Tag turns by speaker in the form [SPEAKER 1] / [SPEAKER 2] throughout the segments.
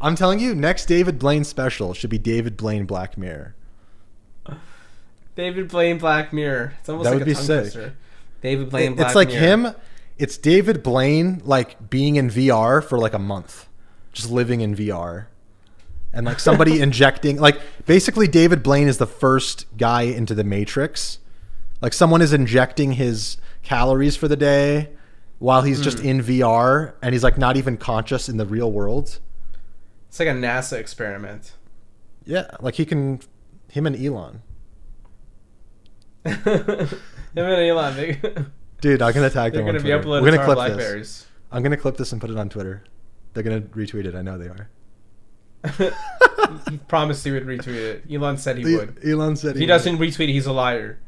[SPEAKER 1] I'm telling you, next David Blaine special should be David Blaine Black Mirror.
[SPEAKER 2] David Blaine Black Mirror. It's almost
[SPEAKER 1] That
[SPEAKER 2] like
[SPEAKER 1] would
[SPEAKER 2] a
[SPEAKER 1] be
[SPEAKER 2] tongue
[SPEAKER 1] sick.
[SPEAKER 2] twister. David Blaine
[SPEAKER 1] It-
[SPEAKER 2] Black
[SPEAKER 1] it's like
[SPEAKER 2] Mirror.
[SPEAKER 1] him. It's David Blaine like being in VR for like a month, just living in VR, and like somebody injecting like basically David Blaine is the first guy into the Matrix. Like someone is injecting his calories for the day while he's just
[SPEAKER 2] Hmm.
[SPEAKER 1] in VR and he's like not even conscious in the real world.
[SPEAKER 2] It's like a NASA experiment.
[SPEAKER 1] Yeah, like he can him and Elon.
[SPEAKER 2] him and Elon, they,
[SPEAKER 1] Dude, I'm gonna tag
[SPEAKER 2] they're
[SPEAKER 1] them. on
[SPEAKER 2] going to be
[SPEAKER 1] Twitter.
[SPEAKER 2] uploaded
[SPEAKER 1] We're
[SPEAKER 2] to
[SPEAKER 1] gonna
[SPEAKER 2] our
[SPEAKER 1] clip this.
[SPEAKER 2] Blackberries.
[SPEAKER 1] I'm gonna clip this and put it on Twitter. They're gonna retweet it. I know they are.
[SPEAKER 2] he promised he would retweet it. Elon said he
[SPEAKER 1] E-
[SPEAKER 2] would.
[SPEAKER 1] Elon said
[SPEAKER 2] If he
[SPEAKER 1] would.
[SPEAKER 2] doesn't retweet, he's a liar.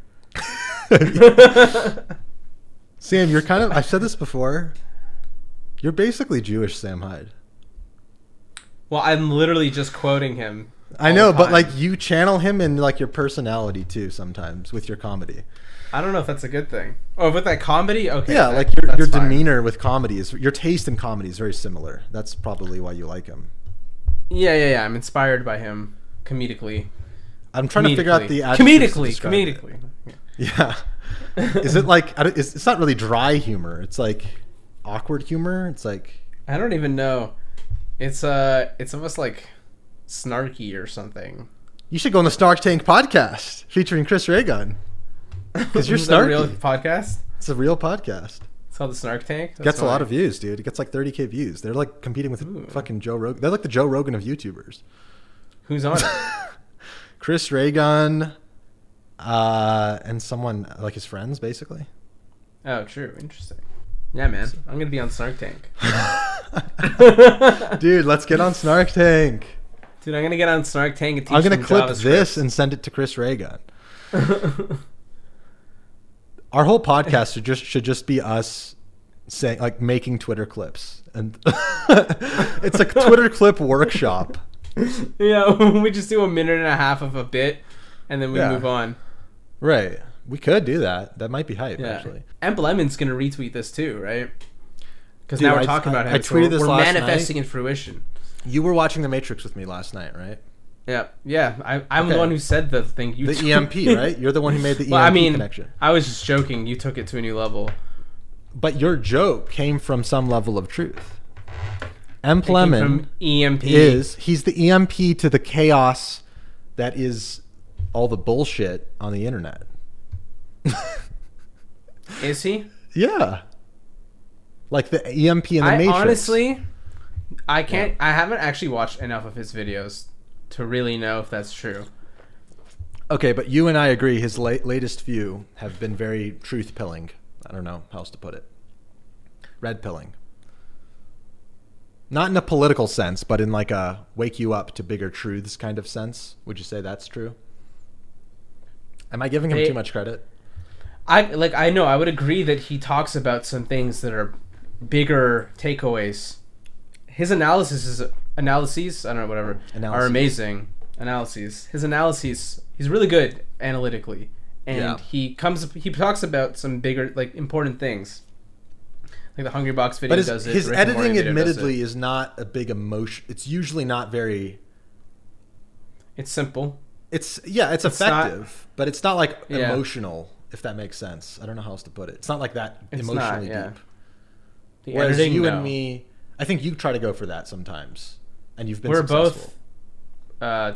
[SPEAKER 1] Sam, you're kind of. I've said this before. You're basically Jewish, Sam Hyde.
[SPEAKER 2] well, I'm literally just quoting him.
[SPEAKER 1] I
[SPEAKER 2] all
[SPEAKER 1] know,
[SPEAKER 2] the
[SPEAKER 1] but
[SPEAKER 2] time.
[SPEAKER 1] like you channel him in like your personality too sometimes with your comedy.
[SPEAKER 2] I don't know if that's a good thing. Oh, with that comedy, okay.
[SPEAKER 1] Yeah,
[SPEAKER 2] that-
[SPEAKER 1] like your
[SPEAKER 2] that's
[SPEAKER 1] your
[SPEAKER 2] fine.
[SPEAKER 1] demeanor with comedy is your taste in comedy is very similar. That's probably why you like him.
[SPEAKER 2] Yeah, yeah, yeah. I'm inspired by him comedically.
[SPEAKER 1] I'm trying to figure out
[SPEAKER 2] Comedically.
[SPEAKER 1] the adjectives to
[SPEAKER 2] comedically,
[SPEAKER 1] describe it.
[SPEAKER 2] comedically.
[SPEAKER 1] Yeah, is it like I don't- it's it's not really dry humor? It's like awkward humor. It's like
[SPEAKER 2] I don't even know. It's uh, it's almost like snarky or something.
[SPEAKER 1] you should go on the Snark Tank podcast featuring Chris Raygun. Because you're
[SPEAKER 2] Is that a Real
[SPEAKER 1] snarky.
[SPEAKER 2] podcast.
[SPEAKER 1] It's a real podcast.
[SPEAKER 2] It's called the Snark Tank. That's
[SPEAKER 1] gets a lot
[SPEAKER 2] funny.
[SPEAKER 1] of views, dude. It gets like 30k views. They're like competing with
[SPEAKER 2] Ooh.
[SPEAKER 1] fucking Joe Rogan. They're like the Joe Rogan of YouTubers.
[SPEAKER 2] Who's on it?
[SPEAKER 1] Chris Raygun, uh, and someone like his friends, basically.
[SPEAKER 2] oh, true. Interesting. Yeah, man. I'm gonna be on Snark Tank.
[SPEAKER 1] dude, let's get on Snark Tank.
[SPEAKER 2] Dude, I'm gonna get on Snark Tank and teach
[SPEAKER 1] I'm gonna
[SPEAKER 2] them
[SPEAKER 1] clip
[SPEAKER 2] JavaScript.
[SPEAKER 1] this and send it to Chris Raygun. Our whole podcast should just should just be us saying like making Twitter clips, and it's a Twitter clip workshop.
[SPEAKER 2] yeah, we just do a minute and a half of a bit, and then we
[SPEAKER 1] Yeah.
[SPEAKER 2] move on.
[SPEAKER 1] Right. We could do that. That might be hype,
[SPEAKER 2] Yeah.
[SPEAKER 1] actually.
[SPEAKER 2] And Blemon's gonna retweet this too, right? Because
[SPEAKER 1] Dude,
[SPEAKER 2] now we're
[SPEAKER 1] I-
[SPEAKER 2] talking
[SPEAKER 1] I-
[SPEAKER 2] about him.
[SPEAKER 1] I
[SPEAKER 2] so
[SPEAKER 1] tweeted
[SPEAKER 2] we're,
[SPEAKER 1] this
[SPEAKER 2] we're
[SPEAKER 1] last
[SPEAKER 2] manifesting in fruition.
[SPEAKER 1] You were watching The Matrix with me last night, right?
[SPEAKER 2] Yeah, yeah. I, I'm
[SPEAKER 1] Okay.
[SPEAKER 2] the one who said the thing. You
[SPEAKER 1] The
[SPEAKER 2] tweeted.
[SPEAKER 1] EMP, right? You're the one who made the
[SPEAKER 2] well,
[SPEAKER 1] EMP
[SPEAKER 2] I mean,
[SPEAKER 1] connection.
[SPEAKER 2] I was just joking. You took it to a new level.
[SPEAKER 1] But your joke came from some level of truth. M.
[SPEAKER 2] It came
[SPEAKER 1] Plemon
[SPEAKER 2] from E EMP
[SPEAKER 1] is he's the EMP to the chaos that is all the bullshit on the internet.
[SPEAKER 2] Is he?
[SPEAKER 1] Yeah. Like the EMP and the
[SPEAKER 2] I
[SPEAKER 1] Matrix.
[SPEAKER 2] honestly, I can't. I haven't actually watched enough of his videos to really know if that's true.
[SPEAKER 1] Okay, but you and I agree his la- latest few have been very truth pilling. I don't know how else to put it. Red pilling. Not in a political sense, but in like a wake you up to bigger truths kind of sense. Would you say that's true? Am I giving him
[SPEAKER 2] They-
[SPEAKER 1] too much credit?
[SPEAKER 2] I like. I know. I would agree that he talks about some things that are bigger takeaways. His analysis is analyses. I don't know. Whatever are
[SPEAKER 1] Analyses.
[SPEAKER 2] amazing analyses. His analyses. He's really good analytically, and
[SPEAKER 1] Yeah.
[SPEAKER 2] he comes. He talks about some bigger, like important things. Like the Hungry Box video
[SPEAKER 1] But his,
[SPEAKER 2] does it.
[SPEAKER 1] his
[SPEAKER 2] Rick and Morty
[SPEAKER 1] editing
[SPEAKER 2] video does it.
[SPEAKER 1] admittedly is not a big emotion. It's usually not very
[SPEAKER 2] it's simple.
[SPEAKER 1] It's yeah, it's,
[SPEAKER 2] It's not-
[SPEAKER 1] effective, but it's not like
[SPEAKER 2] Yeah.
[SPEAKER 1] emotional if that makes sense. I don't know how else to put it. It's not like that
[SPEAKER 2] It's not,
[SPEAKER 1] emotionally
[SPEAKER 2] yeah.
[SPEAKER 1] deep.
[SPEAKER 2] The
[SPEAKER 1] Whereas
[SPEAKER 2] editing,
[SPEAKER 1] you
[SPEAKER 2] no.
[SPEAKER 1] and me, I think you try to go for that sometimes, and you've been
[SPEAKER 2] we're
[SPEAKER 1] successful.
[SPEAKER 2] both uh,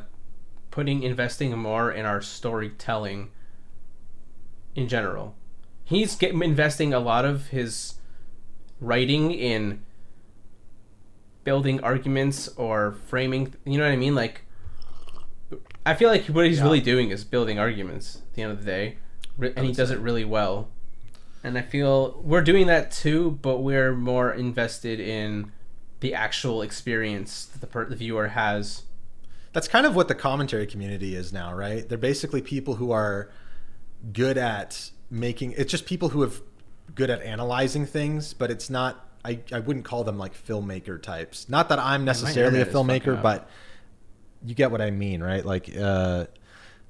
[SPEAKER 2] putting investing more in our storytelling in general he's get, investing a lot of his writing in building arguments or framing you know what i mean like i feel like what he's
[SPEAKER 1] Yeah.
[SPEAKER 2] really doing is building arguments at the end of the day re- and he
[SPEAKER 1] would
[SPEAKER 2] does
[SPEAKER 1] say.
[SPEAKER 2] it really well and i feel we're doing that too but we're more invested in the actual experience that the, per- the viewer has.
[SPEAKER 1] That's kind of what the commentary community is now, right? They're basically people who are good at making. It's just people who have good at analyzing things, but it's not. I, I wouldn't call them like filmmaker types. Not that I'm necessarily a
[SPEAKER 2] internet is fucking
[SPEAKER 1] filmmaker,
[SPEAKER 2] up.
[SPEAKER 1] but you get what I mean, right? Like uh,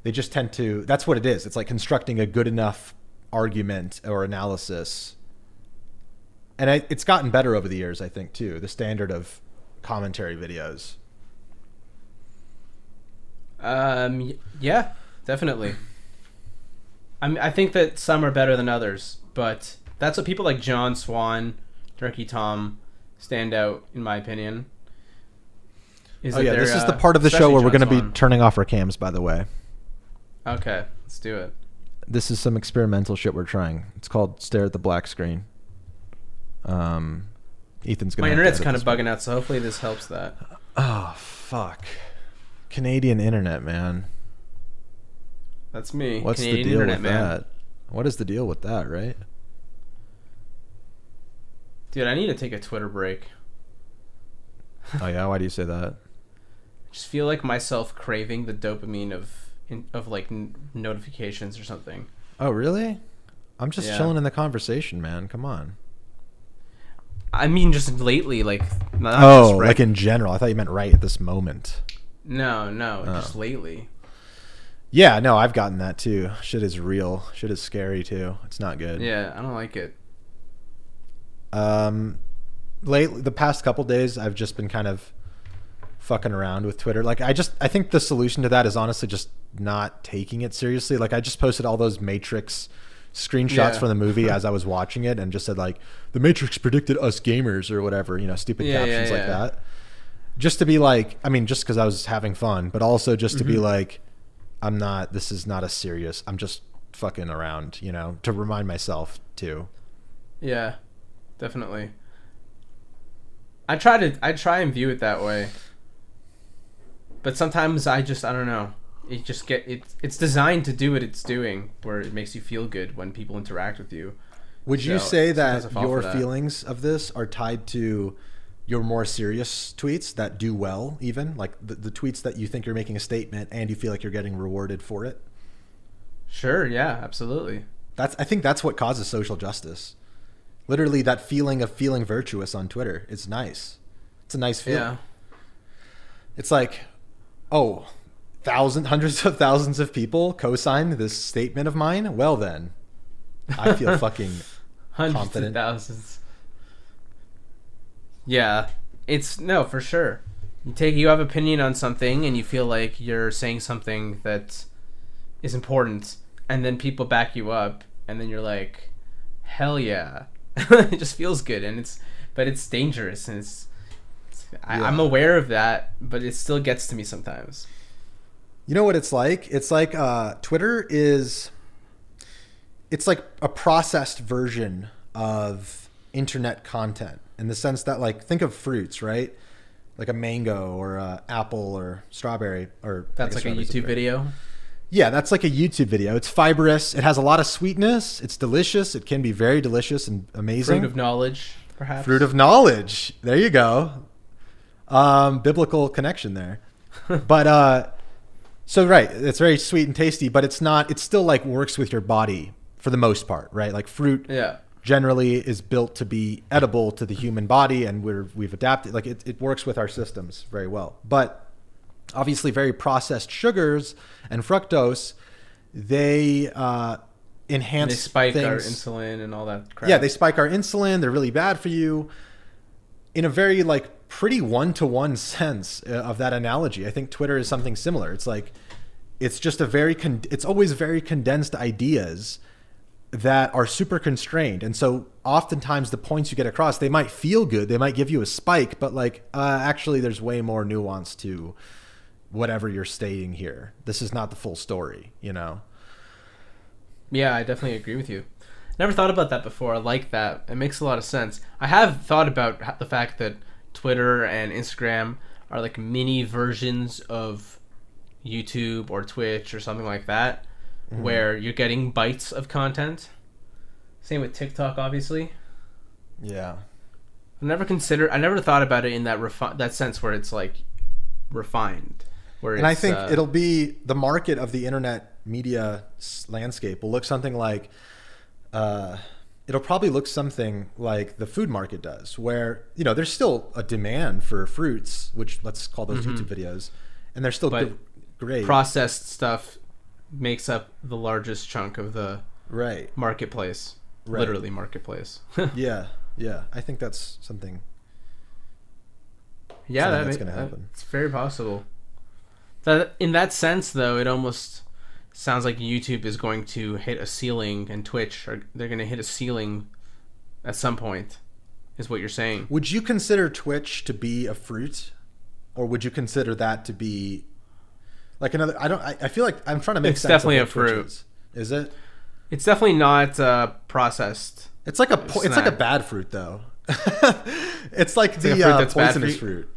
[SPEAKER 1] they just tend to. That's what it is. It's like constructing a good enough argument or analysis and I, it's gotten better over the years, I think, too. The standard of commentary videos
[SPEAKER 2] Um, y- yeah, definitely. I mean, I think that some are better than others, but that's what people like John Swan, Turkey Tom stand out in my opinion. Is
[SPEAKER 1] Oh
[SPEAKER 2] that
[SPEAKER 1] yeah,
[SPEAKER 2] they're,
[SPEAKER 1] this is
[SPEAKER 2] uh,
[SPEAKER 1] the part of the show
[SPEAKER 2] especially
[SPEAKER 1] where we're
[SPEAKER 2] John
[SPEAKER 1] going to be
[SPEAKER 2] Swan.
[SPEAKER 1] turning off our cams. By the way,
[SPEAKER 2] okay, let's do it.
[SPEAKER 1] this is some experimental shit we're trying. It's called "Stare at the Black Screen." Um, Ethan's going.
[SPEAKER 2] My internet's kind of bugging out, so hopefully this helps that.
[SPEAKER 1] Oh fuck, Canadian internet, man.
[SPEAKER 2] That's me.
[SPEAKER 1] What's
[SPEAKER 2] Canadian
[SPEAKER 1] the deal
[SPEAKER 2] internet
[SPEAKER 1] with
[SPEAKER 2] man.
[SPEAKER 1] that? What is the deal with that, right?
[SPEAKER 2] Dude, I need to take a Twitter break.
[SPEAKER 1] oh yeah, why do you say that?
[SPEAKER 2] just feel like myself craving the dopamine of in, of like n- notifications or something.
[SPEAKER 1] Oh really? I'm just
[SPEAKER 2] Yeah.
[SPEAKER 1] chilling in the conversation, man. Come on.
[SPEAKER 2] I mean, just lately, like not
[SPEAKER 1] Oh,
[SPEAKER 2] just right.
[SPEAKER 1] like in general. I thought you meant right at this moment.
[SPEAKER 2] no, no,
[SPEAKER 1] Oh.
[SPEAKER 2] just lately.
[SPEAKER 1] Yeah, no, I've gotten that too. Shit is real. Shit is scary too. It's not good.
[SPEAKER 2] Yeah, I don't like it.
[SPEAKER 1] Um, lately, the past couple days, I've just been kind of fucking around with Twitter. Like, I just, I think the solution to that is honestly just not taking it seriously. Like, I just posted all those Matrix screenshots
[SPEAKER 2] Yeah.
[SPEAKER 1] from the movie as I was watching it, and just said like, "The Matrix predicted us gamers" or whatever, you know, stupid
[SPEAKER 2] Yeah, yeah,
[SPEAKER 1] captions like
[SPEAKER 2] yeah.
[SPEAKER 1] that. Just to be like, I mean, just because I was having fun, but also just to be
[SPEAKER 2] Mm-hmm.
[SPEAKER 1] like, I'm not. This is not a serious. I'm just fucking around, you know, to remind myself too.
[SPEAKER 2] Yeah, definitely. I try to I try and view it that way. But sometimes I just I don't know. It just get it. It's designed to do what it's doing, where it makes you feel good when people interact with you.
[SPEAKER 1] Would you
[SPEAKER 2] So,
[SPEAKER 1] say
[SPEAKER 2] sometimes I
[SPEAKER 1] that
[SPEAKER 2] fall
[SPEAKER 1] your
[SPEAKER 2] for that.
[SPEAKER 1] feelings of this are tied to your more serious tweets that do well, even like the, the tweets that you think you're making a statement and you feel like you're getting rewarded for it?
[SPEAKER 2] Sure. Yeah. Absolutely.
[SPEAKER 1] That's I think that's what causes social justice. Literally, that feeling of feeling virtuous on Twitter. It's nice. It's a nice feeling.
[SPEAKER 2] yeah.
[SPEAKER 1] It's like, oh, thousands, hundreds of thousands of people co-signed this statement of mine. Well, then, I feel fucking
[SPEAKER 2] hundreds
[SPEAKER 1] confident.
[SPEAKER 2] of thousands. Yeah, it's no for sure. You take you have opinion on something and you feel like you're saying something that is important, and then people back you up, and then you're like, hell yeah, it just feels good, and it's but it's dangerous, and it's. it's- I, I'm
[SPEAKER 1] Yeah.
[SPEAKER 2] aware of that, but it still gets to me sometimes.
[SPEAKER 1] You know what it's like? It's like uh, Twitter is. It's like a processed version of internet content in the sense that, like, think of fruits, right? Like a mango or a apple or strawberry or I
[SPEAKER 2] That's
[SPEAKER 1] guess
[SPEAKER 2] like a
[SPEAKER 1] strawberry's
[SPEAKER 2] YouTube
[SPEAKER 1] fruit.
[SPEAKER 2] video.
[SPEAKER 1] Yeah, that's like a YouTube video. It's fibrous. It has a lot of sweetness. It's delicious. It can be very delicious and amazing.
[SPEAKER 2] Fruit of knowledge, perhaps.
[SPEAKER 1] Fruit of knowledge. There you go. Um, biblical connection there. but uh, so right, it's very sweet and tasty, but it's not. It still like works with your body for the most part, right? Like fruit
[SPEAKER 2] Yeah.
[SPEAKER 1] generally is built to be edible to the human body, and we're we've adapted. Like it, it works with our systems very well, but obviously very processed sugars and fructose, they uh,
[SPEAKER 2] And
[SPEAKER 1] enhance
[SPEAKER 2] they spike our
[SPEAKER 1] things.
[SPEAKER 2] insulin and all that crap.
[SPEAKER 1] Yeah, they spike our insulin. They're really bad for you. In a very like pretty one to one sense uh, of that analogy, I think Twitter is something similar. It's like it's just a very con- it's always very condensed ideas that are super constrained, and so oftentimes the points you get across they might feel good, they might give you a spike, but like uh, actually there's way more nuance to whatever you're stating here. This is not the full story, you know.
[SPEAKER 2] Yeah, I definitely agree with you. Never thought about that before. I like that. It makes a lot of sense. I have thought about h- the fact that Twitter and Instagram are like mini versions of YouTube or Twitch or something like that,
[SPEAKER 1] Mm-hmm.
[SPEAKER 2] where you're getting bites of content. Same with TikTok, obviously.
[SPEAKER 1] Yeah.
[SPEAKER 2] I never considered. I never thought about it in that refi- that sense where it's like refined. Where
[SPEAKER 1] and I
[SPEAKER 2] it's,
[SPEAKER 1] think
[SPEAKER 2] uh,
[SPEAKER 1] it'll be the market of the internet media s- landscape will look something like, uh, it'll probably look something like the food market does, where you know there's still a demand for fruits, which let's call those YouTube videos, and they're still
[SPEAKER 2] Mm-hmm. But
[SPEAKER 1] gr- great,
[SPEAKER 2] processed stuff makes up the largest chunk of the
[SPEAKER 1] right?
[SPEAKER 2] marketplace
[SPEAKER 1] Right.
[SPEAKER 2] literally marketplace
[SPEAKER 1] Yeah, yeah. I think that's something.
[SPEAKER 2] yeah
[SPEAKER 1] Something
[SPEAKER 2] that
[SPEAKER 1] that's
[SPEAKER 2] that's
[SPEAKER 1] gonna happen.
[SPEAKER 2] it's very possible That in that sense, though, it almost sounds like YouTube is going to hit a ceiling, and Twitch are they're going to hit a ceiling at some point, is what you're saying.
[SPEAKER 1] Would you consider Twitch to be a fruit, or would you consider that to be like another? I don't. I, I feel like I'm trying to make
[SPEAKER 2] It's
[SPEAKER 1] sense of
[SPEAKER 2] definitely
[SPEAKER 1] what
[SPEAKER 2] a fruit.
[SPEAKER 1] Twitch Is. Is it?
[SPEAKER 2] It's definitely not uh, processed.
[SPEAKER 1] It's like a. Po- it's like a
[SPEAKER 2] Snack.
[SPEAKER 1] bad fruit though. it's like the
[SPEAKER 2] like a fruit
[SPEAKER 1] uh,
[SPEAKER 2] that's bad for
[SPEAKER 1] poisonous
[SPEAKER 2] you.
[SPEAKER 1] fruit.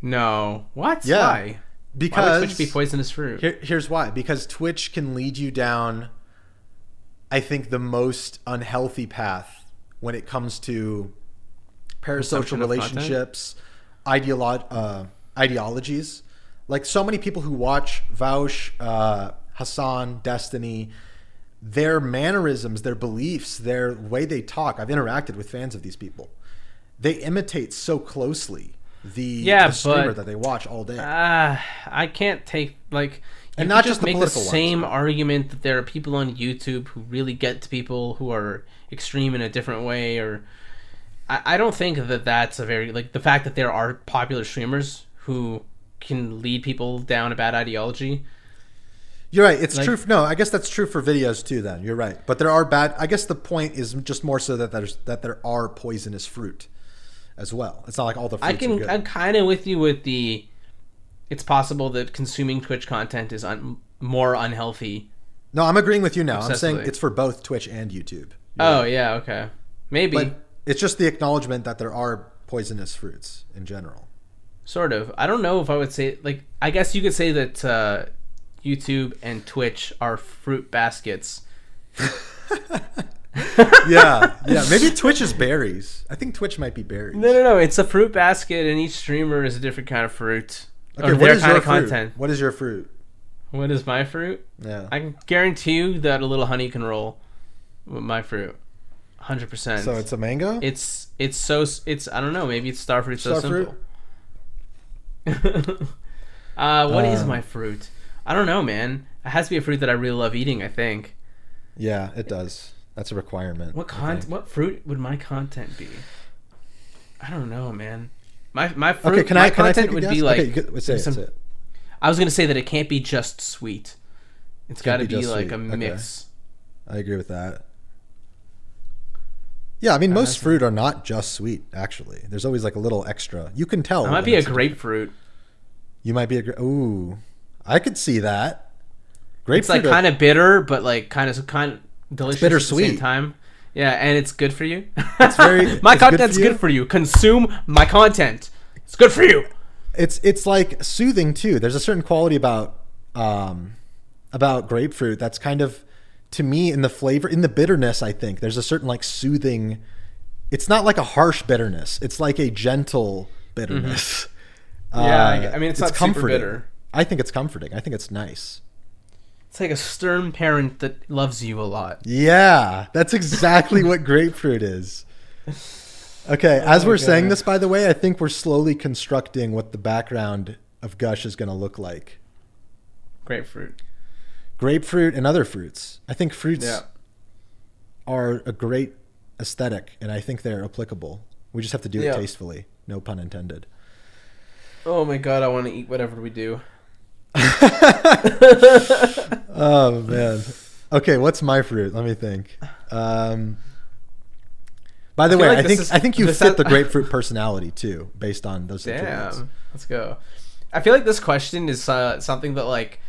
[SPEAKER 2] No, what?
[SPEAKER 1] Yeah,
[SPEAKER 2] Why?
[SPEAKER 1] Because
[SPEAKER 2] Why would Twitch be poisonous fruit?
[SPEAKER 1] Here, here's why: because Twitch can lead you down, I think, the most unhealthy path when it comes to parasocial
[SPEAKER 2] Consumption of content?
[SPEAKER 1] relationships, ideolo- uh, ideologies. Like so many people who watch Vouch, uh, Hassan, Destiny, their mannerisms, their beliefs, their way they talk. I've interacted with fans of these people. They imitate so closely the,
[SPEAKER 2] Yeah,
[SPEAKER 1] the streamer
[SPEAKER 2] but-
[SPEAKER 1] that they watch all day.
[SPEAKER 2] Uh, I can't take like you
[SPEAKER 1] And
[SPEAKER 2] could
[SPEAKER 1] not just
[SPEAKER 2] just
[SPEAKER 1] the
[SPEAKER 2] make the
[SPEAKER 1] political ones.
[SPEAKER 2] same argument that there are people on YouTube who really get to people who are extreme in a different way, or I, I don't think that that's a very like the fact that there are popular streamers who can lead people down a bad ideology.
[SPEAKER 1] You're right. It's
[SPEAKER 2] Like-
[SPEAKER 1] true. No, I guess that's true for videos too. Then you're right. But there are bad. I guess the point is just more so that there's that there are poisonous fruit as well. It's not like all the fruits
[SPEAKER 2] I
[SPEAKER 1] are good.
[SPEAKER 2] can I'm kind of with you with the. It's possible that consuming Twitch content is un, more unhealthy.
[SPEAKER 1] no, I'm agreeing with you now. I'm saying
[SPEAKER 2] Obsessively.
[SPEAKER 1] it's for both Twitch and YouTube.
[SPEAKER 2] Oh yeah, okay, maybe.
[SPEAKER 1] But it's just the acknowledgement that there are poisonous fruits in general.
[SPEAKER 2] Sort of. I don't know if I would say like I guess you could say that uh, YouTube and Twitch are fruit baskets.
[SPEAKER 1] Yeah, yeah. Maybe Twitch is berries. I think Twitch might be berries.
[SPEAKER 2] No, no, no. It's a fruit basket, and each streamer is a different kind of fruit or
[SPEAKER 1] what
[SPEAKER 2] their
[SPEAKER 1] is
[SPEAKER 2] kind
[SPEAKER 1] your
[SPEAKER 2] of
[SPEAKER 1] fruit?
[SPEAKER 2] content.
[SPEAKER 1] What is your fruit?
[SPEAKER 2] What is my fruit?
[SPEAKER 1] Yeah.
[SPEAKER 2] I can guarantee you that a little honey can roll with my fruit, hundred percent.
[SPEAKER 1] so it's a mango.
[SPEAKER 2] it's it's so s- it's I don't know. Maybe it's star fruit so
[SPEAKER 1] Star fruit?
[SPEAKER 2] simple. uh, what is
[SPEAKER 1] Um,
[SPEAKER 2] my fruit? I don't know, man. It has to be a fruit that I really love eating. I think.
[SPEAKER 1] yeah, it does. That's a requirement.
[SPEAKER 2] What
[SPEAKER 1] I
[SPEAKER 2] con-
[SPEAKER 1] think.
[SPEAKER 2] What fruit would my content be? I don't know, man. My my fruit.
[SPEAKER 1] Okay, can
[SPEAKER 2] my
[SPEAKER 1] I can I
[SPEAKER 2] content
[SPEAKER 1] take a
[SPEAKER 2] would
[SPEAKER 1] guess?
[SPEAKER 2] be like.
[SPEAKER 1] okay, you could- say it,
[SPEAKER 2] some-
[SPEAKER 1] say it.
[SPEAKER 2] I was gonna say that it can't be just sweet. It's got to
[SPEAKER 1] be
[SPEAKER 2] be,
[SPEAKER 1] just
[SPEAKER 2] like a
[SPEAKER 1] sweet, okay.
[SPEAKER 2] mix.
[SPEAKER 1] I agree with that. Yeah, I mean, most
[SPEAKER 2] that's-
[SPEAKER 1] fruit are not just sweet. Actually, there's always like a little extra. You can tell.
[SPEAKER 2] I might
[SPEAKER 1] when
[SPEAKER 2] be a
[SPEAKER 1] it's-
[SPEAKER 2] grapefruit.
[SPEAKER 1] You might be a. gra- Ooh, I could see that.
[SPEAKER 2] It's like
[SPEAKER 1] Grapefruit.
[SPEAKER 2] kind of bitter, but like kind of kind of delicious at the
[SPEAKER 1] bittersweet.
[SPEAKER 2] same time. Yeah, and it's good for you.
[SPEAKER 1] very-
[SPEAKER 2] my
[SPEAKER 1] it's good for
[SPEAKER 2] content's
[SPEAKER 1] you.
[SPEAKER 2] good for you. Consume my content. It's good for you.
[SPEAKER 1] it's it's like soothing too. There's a certain quality about um about grapefruit that's kind of to me in the flavor in the bitterness. I think there's a certain like soothing. It's not like a harsh bitterness. It's like a gentle bitterness.
[SPEAKER 2] Mm-hmm.
[SPEAKER 1] Uh,
[SPEAKER 2] Yeah, I g- I mean, it's not super bitter.
[SPEAKER 1] I think it's comforting. I think it's nice.
[SPEAKER 2] It's like a stern parent that loves you a lot.
[SPEAKER 1] Yeah, that's exactly what grapefruit is. Okay, as
[SPEAKER 2] my
[SPEAKER 1] we're saying
[SPEAKER 2] God.
[SPEAKER 1] this, by the way, I think we're slowly constructing what the background of Gush is going to look like.
[SPEAKER 2] Grapefruit.
[SPEAKER 1] grapefruit and other fruits. I think fruits
[SPEAKER 2] Yeah.
[SPEAKER 1] are a great aesthetic, and I think they're applicable. We just have to do
[SPEAKER 2] Yeah.
[SPEAKER 1] it tastefully. No pun intended.
[SPEAKER 2] Oh my god, I want to eat whatever we do.
[SPEAKER 1] Oh man. Okay, what's my fruit? Let me think. Um, by the
[SPEAKER 2] I feel
[SPEAKER 1] way,
[SPEAKER 2] like
[SPEAKER 1] I
[SPEAKER 2] this
[SPEAKER 1] think
[SPEAKER 2] is-
[SPEAKER 1] I think you
[SPEAKER 2] this
[SPEAKER 1] fit
[SPEAKER 2] has-
[SPEAKER 1] the grapefruit personality too, based on those attributes.
[SPEAKER 2] Damn, let's go. I feel like this question is uh, something that like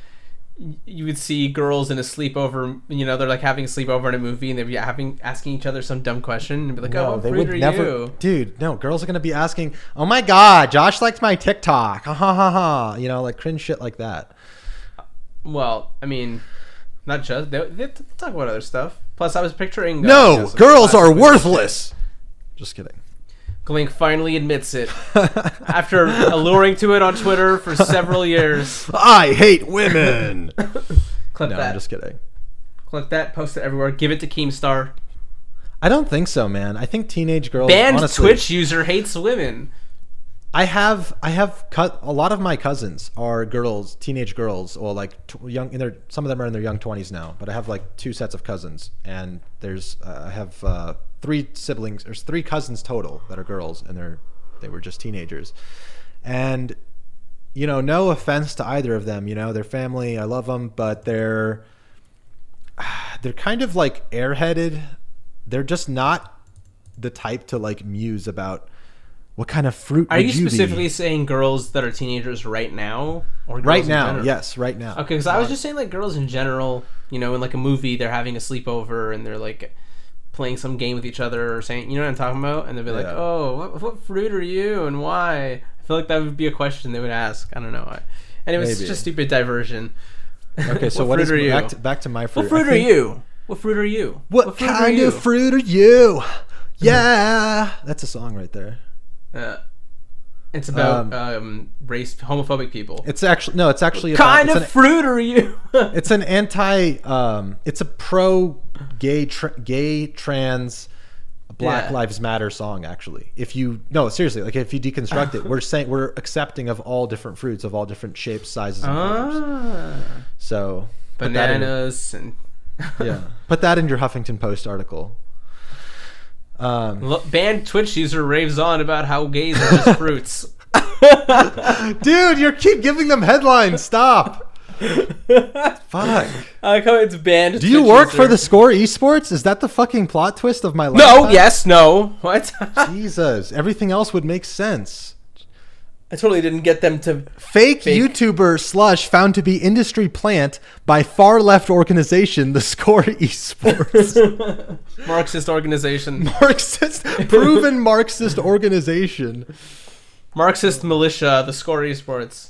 [SPEAKER 2] y- you would see girls in a sleepover. You know, they're like having a sleepover in a movie, and they'd be having asking each other some dumb question, and be like, "Oh, what fruit are you?"
[SPEAKER 1] dude. No, girls are gonna be asking, "Oh my god, Josh likes my TikTok." Ha ha ha ha. You know, like cringe shit like that.
[SPEAKER 2] Well, I mean, not just they, they talk about other stuff. Plus, I was picturing uh, you know,
[SPEAKER 1] No,
[SPEAKER 2] some
[SPEAKER 1] girls
[SPEAKER 2] classic
[SPEAKER 1] are
[SPEAKER 2] movie.
[SPEAKER 1] worthless. Just kidding.
[SPEAKER 2] Glink finally admits it after alluring to it on Twitter for several years.
[SPEAKER 1] I hate women. no,
[SPEAKER 2] Clip that.
[SPEAKER 1] I'm just kidding.
[SPEAKER 2] Clip that. Post it everywhere. Give it to Keemstar.
[SPEAKER 1] I don't think so, man. I think teenage girls
[SPEAKER 2] Banned
[SPEAKER 1] Oh, honestly,
[SPEAKER 2] Twitch user hates women.
[SPEAKER 1] I have I have cut a lot of my cousins are girls, teenage girls, or like tw- young in their some of them are in their young 20s now, but I have like two sets of cousins and there's uh, I have uh, three siblings, there's three cousins total that are girls and they're they were just teenagers. And you know, no offense to either of them. You know, their family, I love them, but they're they're kind of like airheaded. They're just not the type to like muse about what kind of fruit.
[SPEAKER 2] Are
[SPEAKER 1] would
[SPEAKER 2] you
[SPEAKER 1] be?
[SPEAKER 2] specifically saying girls that are teenagers right now, or girls
[SPEAKER 1] right
[SPEAKER 2] in
[SPEAKER 1] now?
[SPEAKER 2] general?
[SPEAKER 1] Yes, right now.
[SPEAKER 2] Okay, because I was just saying like girls in general, you know, in like a movie, they're having a sleepover and they're like playing some game with each other or saying, you know what I'm talking about? And they'll be like,
[SPEAKER 1] Yeah.
[SPEAKER 2] oh, what, what fruit are you and why? I feel like that would be a question they would ask. I don't know. I, and it was
[SPEAKER 1] Maybe.
[SPEAKER 2] just stupid diversion.
[SPEAKER 1] Okay, so
[SPEAKER 2] what
[SPEAKER 1] what
[SPEAKER 2] fruit
[SPEAKER 1] is
[SPEAKER 2] are you?
[SPEAKER 1] back to, back to my fruit?
[SPEAKER 2] what fruit
[SPEAKER 1] I
[SPEAKER 2] are
[SPEAKER 1] think-
[SPEAKER 2] you? What fruit are you?
[SPEAKER 1] What,
[SPEAKER 2] fruit are
[SPEAKER 1] kind
[SPEAKER 2] you?
[SPEAKER 1] of fruit are you? Yeah, that's a song right there.
[SPEAKER 2] Uh, it's about um, race homophobic people.
[SPEAKER 1] It's actually no, it's actually about-
[SPEAKER 2] kind
[SPEAKER 1] it's
[SPEAKER 2] of
[SPEAKER 1] an-
[SPEAKER 2] fruit are you?
[SPEAKER 1] It's an anti. Um, it's a pro gay, tra- gay trans, Black
[SPEAKER 2] Yeah.
[SPEAKER 1] Lives Matter song. Actually, if you no seriously, like if you deconstruct it, we're saying we're accepting of all different fruits of all different shapes, sizes, and colors.
[SPEAKER 2] ah,
[SPEAKER 1] So put that in-
[SPEAKER 2] bananas and
[SPEAKER 1] yeah, put that in your Huffington Post article. Um,
[SPEAKER 2] Lo- banned Twitch user raves on about how gays are just fruits.
[SPEAKER 1] dude, you keep giving them headlines. Stop. Fuck.
[SPEAKER 2] I like how it's banned.
[SPEAKER 1] Do you work for the Score Esports? Is that the fucking plot twist of my life?
[SPEAKER 2] No. Yes. No. What? I
[SPEAKER 1] Jesus. Everything else would make sense.
[SPEAKER 2] totally didn't get them to.
[SPEAKER 1] Fake,
[SPEAKER 2] Fake.
[SPEAKER 1] YouTuber slush found to be industry plant by far left organization, the Score Esports.
[SPEAKER 2] Marxist organization,
[SPEAKER 1] Marxist, proven Marxist organization.
[SPEAKER 2] Marxist militia, the Score Esports.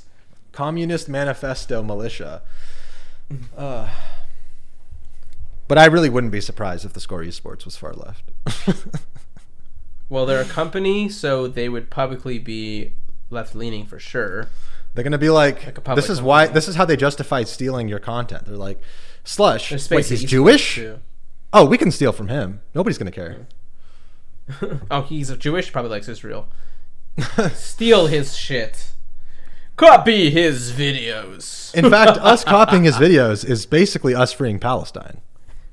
[SPEAKER 1] Communist Manifesto Militia. Uh, but I really wouldn't be surprised if the Score Esports was far left.
[SPEAKER 2] Well, they're a company, so they would publicly be left leaning for sure.
[SPEAKER 1] They're gonna be like,
[SPEAKER 2] a public
[SPEAKER 1] this is why, this is how they justified stealing your content. They're like, slush.
[SPEAKER 2] There's
[SPEAKER 1] Wait,
[SPEAKER 2] space
[SPEAKER 1] he's
[SPEAKER 2] esports,
[SPEAKER 1] Jewish.
[SPEAKER 2] too.
[SPEAKER 1] Oh, we can steal from him. Nobody's gonna care.
[SPEAKER 2] oh, he's a Jewish. Probably likes Israel. Steal his shit. Copy his videos.
[SPEAKER 1] In fact, us copying his videos is basically us freeing Palestine.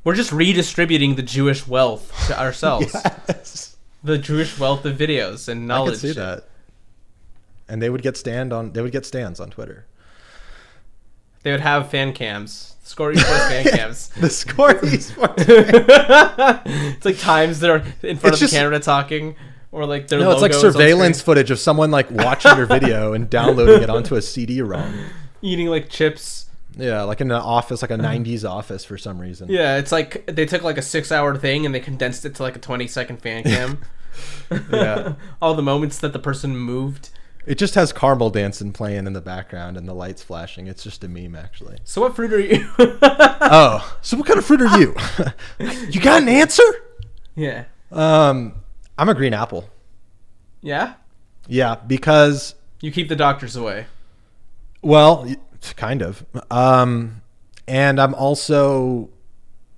[SPEAKER 2] We're just redistributing the Jewish wealth to ourselves.
[SPEAKER 1] Yes.
[SPEAKER 2] the Jewish wealth of videos and
[SPEAKER 1] I
[SPEAKER 2] knowledge.
[SPEAKER 1] could see that. And they would get stand on. They would get stands on Twitter.
[SPEAKER 2] They would have fan cams, score esports fan cams.
[SPEAKER 1] The score esports.
[SPEAKER 2] it's like times they're in front
[SPEAKER 1] It's
[SPEAKER 2] of
[SPEAKER 1] just-
[SPEAKER 2] the camera talking, or like their
[SPEAKER 1] No, it's like
[SPEAKER 2] logos on
[SPEAKER 1] surveillance
[SPEAKER 2] screen,
[SPEAKER 1] footage of someone like watching your video and downloading it onto a CD-ROM.
[SPEAKER 2] eating like chips.
[SPEAKER 1] Yeah, like in an office, like a '90s office for some reason.
[SPEAKER 2] Yeah, it's like they took like a six-hour thing and they condensed it to like a twenty-second fan cam.
[SPEAKER 1] Yeah.
[SPEAKER 2] all the moments that the person moved.
[SPEAKER 1] It just has Carmel dancing playing in the background and the lights flashing. It's just a meme, actually.
[SPEAKER 2] So what fruit are you?
[SPEAKER 1] Oh, so what kind of fruit are you? you got an answer?
[SPEAKER 2] yeah,
[SPEAKER 1] Um, I'm a green apple.
[SPEAKER 2] yeah.
[SPEAKER 1] Yeah, because
[SPEAKER 2] You keep the doctors away.
[SPEAKER 1] well, y- kind of. Um, and I'm also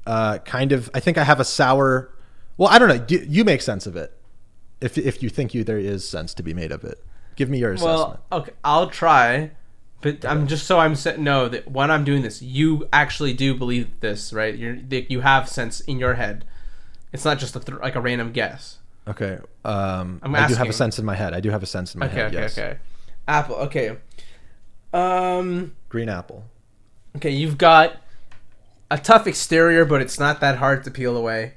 [SPEAKER 1] uh, kind of. I think I have a sour. Well, I don't know. You, you make sense of it. If if you think you there is sense to be made of it, give me your assessment.
[SPEAKER 2] Well, okay, I'll try, but I'm just so I'm sa- no that when I'm doing this, you actually do believe this, right? You're that you have sense in your head. It's not just a th- like a random guess.
[SPEAKER 1] okay. Um,
[SPEAKER 2] I'm
[SPEAKER 1] I do have
[SPEAKER 2] asking.
[SPEAKER 1] a sense in my head. I do have a sense in my
[SPEAKER 2] Okay,
[SPEAKER 1] head.
[SPEAKER 2] okay,
[SPEAKER 1] yes.
[SPEAKER 2] okay. Apple. Okay. Um.
[SPEAKER 1] Green apple.
[SPEAKER 2] Okay, you've got a tough exterior, but it's not that hard to peel away.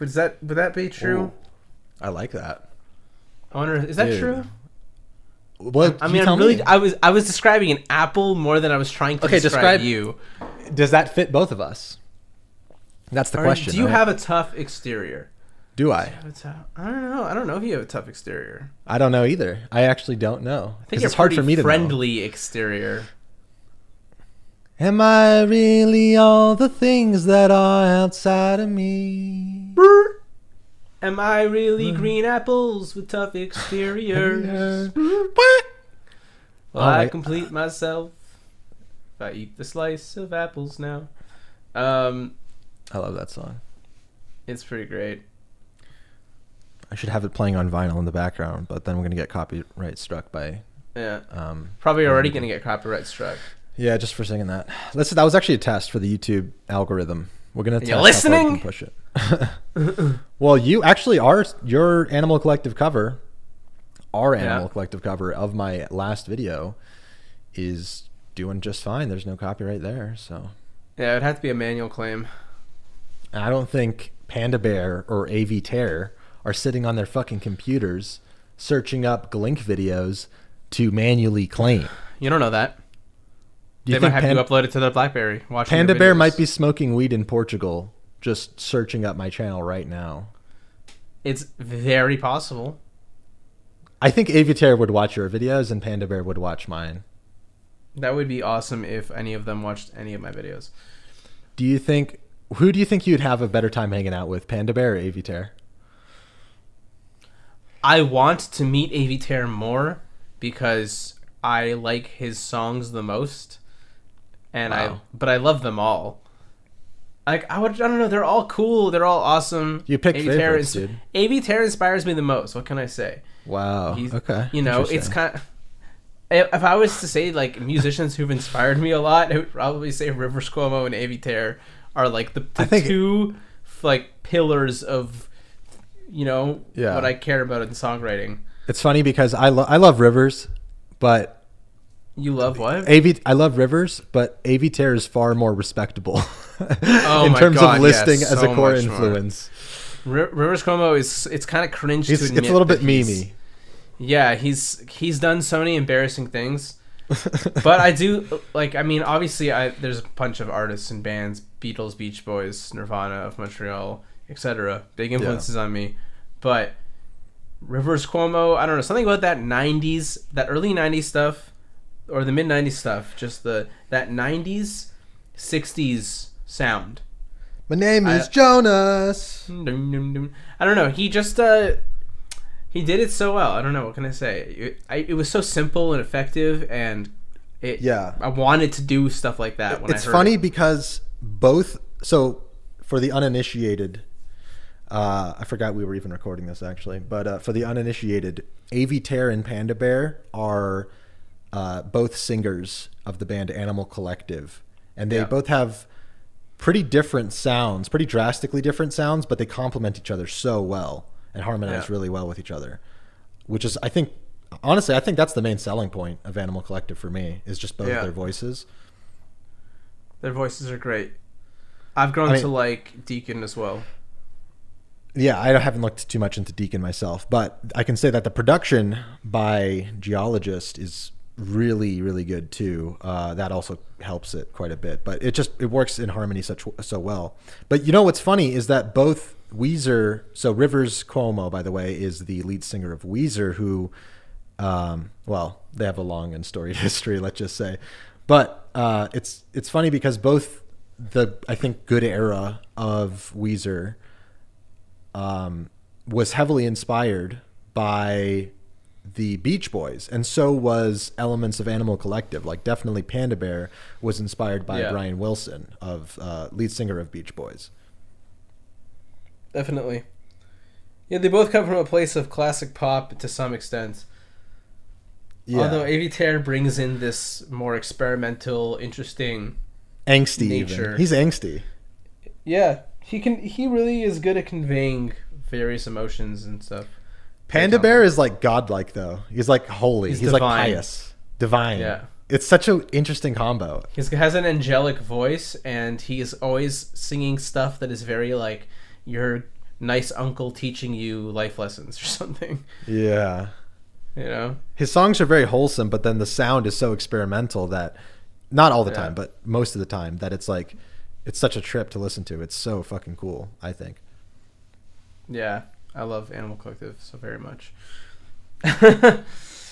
[SPEAKER 2] Is that would that be true?
[SPEAKER 1] Ooh. I like that.
[SPEAKER 2] I wonder is that
[SPEAKER 1] Dude.
[SPEAKER 2] true?
[SPEAKER 1] What?
[SPEAKER 2] I mean, I'm really I was I was describing an apple more than I was trying to
[SPEAKER 1] Okay, describe-
[SPEAKER 2] describe, you.
[SPEAKER 1] does that fit both of us? That's the
[SPEAKER 2] Are-
[SPEAKER 1] question.
[SPEAKER 2] do you
[SPEAKER 1] right?
[SPEAKER 2] have a tough exterior?
[SPEAKER 1] Do I?
[SPEAKER 2] Have a tough- I don't know. I don't know if you have a tough exterior.
[SPEAKER 1] I don't know either. I actually don't know.
[SPEAKER 2] I think
[SPEAKER 1] Because it's hard for me to know.
[SPEAKER 2] friendly exterior.
[SPEAKER 1] Am I really all the things that are outside of me?
[SPEAKER 2] Am I
[SPEAKER 1] Mm.
[SPEAKER 2] really green apples with tough exteriors? Will
[SPEAKER 1] Oh
[SPEAKER 2] I
[SPEAKER 1] my-
[SPEAKER 2] complete myself if I eat the slice of apples now? Um,
[SPEAKER 1] I love that song.
[SPEAKER 2] it's pretty great.
[SPEAKER 1] I should have it playing on vinyl in the background, but then we're gonna get copyright struck by.
[SPEAKER 2] Yeah,
[SPEAKER 1] Um,
[SPEAKER 2] probably already gonna get copyright struck.
[SPEAKER 1] yeah, just for singing that. Listen, that was actually a test for the YouTube algorithm. We're gonna test
[SPEAKER 2] You
[SPEAKER 1] how far we can
[SPEAKER 2] listening?
[SPEAKER 1] push it. well, you actually are your Animal Collective cover our Animal
[SPEAKER 2] Yeah.
[SPEAKER 1] Collective cover of my last video is doing just fine. There's no copyright there, so
[SPEAKER 2] Yeah, it'd have to be a manual claim.
[SPEAKER 1] And I don't think Panda Bear or AV Tear are sitting on their fucking computers searching up Glink videos to manually claim.
[SPEAKER 2] You don't know that.
[SPEAKER 1] Do you
[SPEAKER 2] they might
[SPEAKER 1] think
[SPEAKER 2] have
[SPEAKER 1] Pan-
[SPEAKER 2] to upload it to their BlackBerry. Watching your
[SPEAKER 1] Panda Bear
[SPEAKER 2] videos.
[SPEAKER 1] might be smoking weed in Portugal, just searching up my channel right now?
[SPEAKER 2] It's very possible.
[SPEAKER 1] I think AV Tear would watch your videos and Panda Bear would watch mine.
[SPEAKER 2] That would be awesome if any of them watched any of my videos.
[SPEAKER 1] Do you think who do you think you'd have a better time hanging out with, Panda Bear or AV Tear?
[SPEAKER 2] I want to meet AV Terror more because I like his songs the most, and I
[SPEAKER 1] Wow.
[SPEAKER 2] but I love them all. Like I would, I don't know. They're all cool. They're all awesome.
[SPEAKER 1] You picked
[SPEAKER 2] AV Terror
[SPEAKER 1] favorites, dude.
[SPEAKER 2] AV Terror inspires me the most. What can I say?
[SPEAKER 1] Wow.
[SPEAKER 2] He's-
[SPEAKER 1] okay.
[SPEAKER 2] You know, it's
[SPEAKER 1] Interesting.
[SPEAKER 2] kind. If if I was to say like musicians who've inspired me a lot, I would probably say Rivers Cuomo and Avi Terror are like the, the
[SPEAKER 1] I think-
[SPEAKER 2] two like pillars of you know
[SPEAKER 1] Yeah.
[SPEAKER 2] what I care about in songwriting.
[SPEAKER 1] It's funny because I lo- I love Rivers, but
[SPEAKER 2] You love what?
[SPEAKER 1] AV, I love Rivers, but AV Tear is far more respectable in
[SPEAKER 2] Oh my
[SPEAKER 1] terms
[SPEAKER 2] God,
[SPEAKER 1] of
[SPEAKER 2] yes,
[SPEAKER 1] listing as
[SPEAKER 2] so
[SPEAKER 1] a core
[SPEAKER 2] much more.
[SPEAKER 1] influence.
[SPEAKER 2] Ri Rivers Cuomo is it's kind of cringe.
[SPEAKER 1] He's,
[SPEAKER 2] to
[SPEAKER 1] it's
[SPEAKER 2] admit
[SPEAKER 1] a little
[SPEAKER 2] that
[SPEAKER 1] bit
[SPEAKER 2] he's-
[SPEAKER 1] memey.
[SPEAKER 2] Yeah, he's he's done so many embarrassing things. but I do like. I mean, obviously, I there's a bunch of artists and bands: Beatles, Beach Boys, Nirvana of Montreal, etc. Big influences on me. But Rivers Cuomo, I don't know something about that '90s, that early '90s stuff, or the mid '90s stuff. Just the that '90s, '60s sound.
[SPEAKER 1] My name
[SPEAKER 2] I-
[SPEAKER 1] is Jonas.
[SPEAKER 2] Dum, dum, dum. I don't know. He just uh, he did it so well. I don't know what can I say. It, I, it was so simple and effective, and it.
[SPEAKER 1] Yeah.
[SPEAKER 2] I wanted to do stuff like that. When
[SPEAKER 1] it's
[SPEAKER 2] I heard
[SPEAKER 1] funny
[SPEAKER 2] it.
[SPEAKER 1] because both. So, for the uninitiated, uh, I forgot we were even recording this actually, but uh, for the uninitiated, AV Tear and Panda Bear are uh, both singers of the band Animal Collective, and they
[SPEAKER 2] Yeah.
[SPEAKER 1] both have pretty different sounds, pretty drastically different sounds, but they complement each other so well and harmonize
[SPEAKER 2] Yeah.
[SPEAKER 1] really well with each other, which is, I think, honestly, I think that's the main selling point of Animal Collective for me is just both
[SPEAKER 2] Yeah.
[SPEAKER 1] their voices.
[SPEAKER 2] Their voices are great. I've grown
[SPEAKER 1] I mean-
[SPEAKER 2] to like Deacon as well.
[SPEAKER 1] yeah, I haven't looked too much into Deacon myself, but I can say that the production by Geologist is really, really good too. Uh, that also helps it quite a bit, but it just it works in harmony such so well. But you know what's funny is that both Weezer, so Rivers Cuomo, by the way, is the lead singer of Weezer, who, um, well, they have a long and storied history, let's just say. But uh, it's it's funny because both the I think good era of Weezer um, was heavily inspired by the Beach Boys, and so was elements of Animal Collective. Like definitely Panda Bear was inspired by
[SPEAKER 2] Yeah.
[SPEAKER 1] Brian Wilson, of uh, lead singer of Beach Boys.
[SPEAKER 2] Definitely. Yeah, they both come from a place of classic pop to some extent.
[SPEAKER 1] Yeah,
[SPEAKER 2] Although AV Terror brings in this more experimental, interesting.
[SPEAKER 1] angsty.
[SPEAKER 2] nature.
[SPEAKER 1] Even. He's angsty.
[SPEAKER 2] Yeah, he can. He really is good at conveying various emotions and stuff.
[SPEAKER 1] Panda Bear is like godlike though. He's like holy.
[SPEAKER 2] He's
[SPEAKER 1] He's, like
[SPEAKER 2] divine.
[SPEAKER 1] pious, divine.
[SPEAKER 2] Yeah.
[SPEAKER 1] It's such an interesting combo.
[SPEAKER 2] He has an angelic voice, and he is always singing stuff that is very like your nice uncle teaching you life lessons or something.
[SPEAKER 1] Yeah.
[SPEAKER 2] You know?
[SPEAKER 1] his songs are very wholesome, but then the sound is so experimental that not all the
[SPEAKER 2] Yeah.
[SPEAKER 1] time, but most of the time that it's like it's such a trip to listen to. It's so fucking cool, I think.
[SPEAKER 2] Yeah, I love Animal Collective so very much.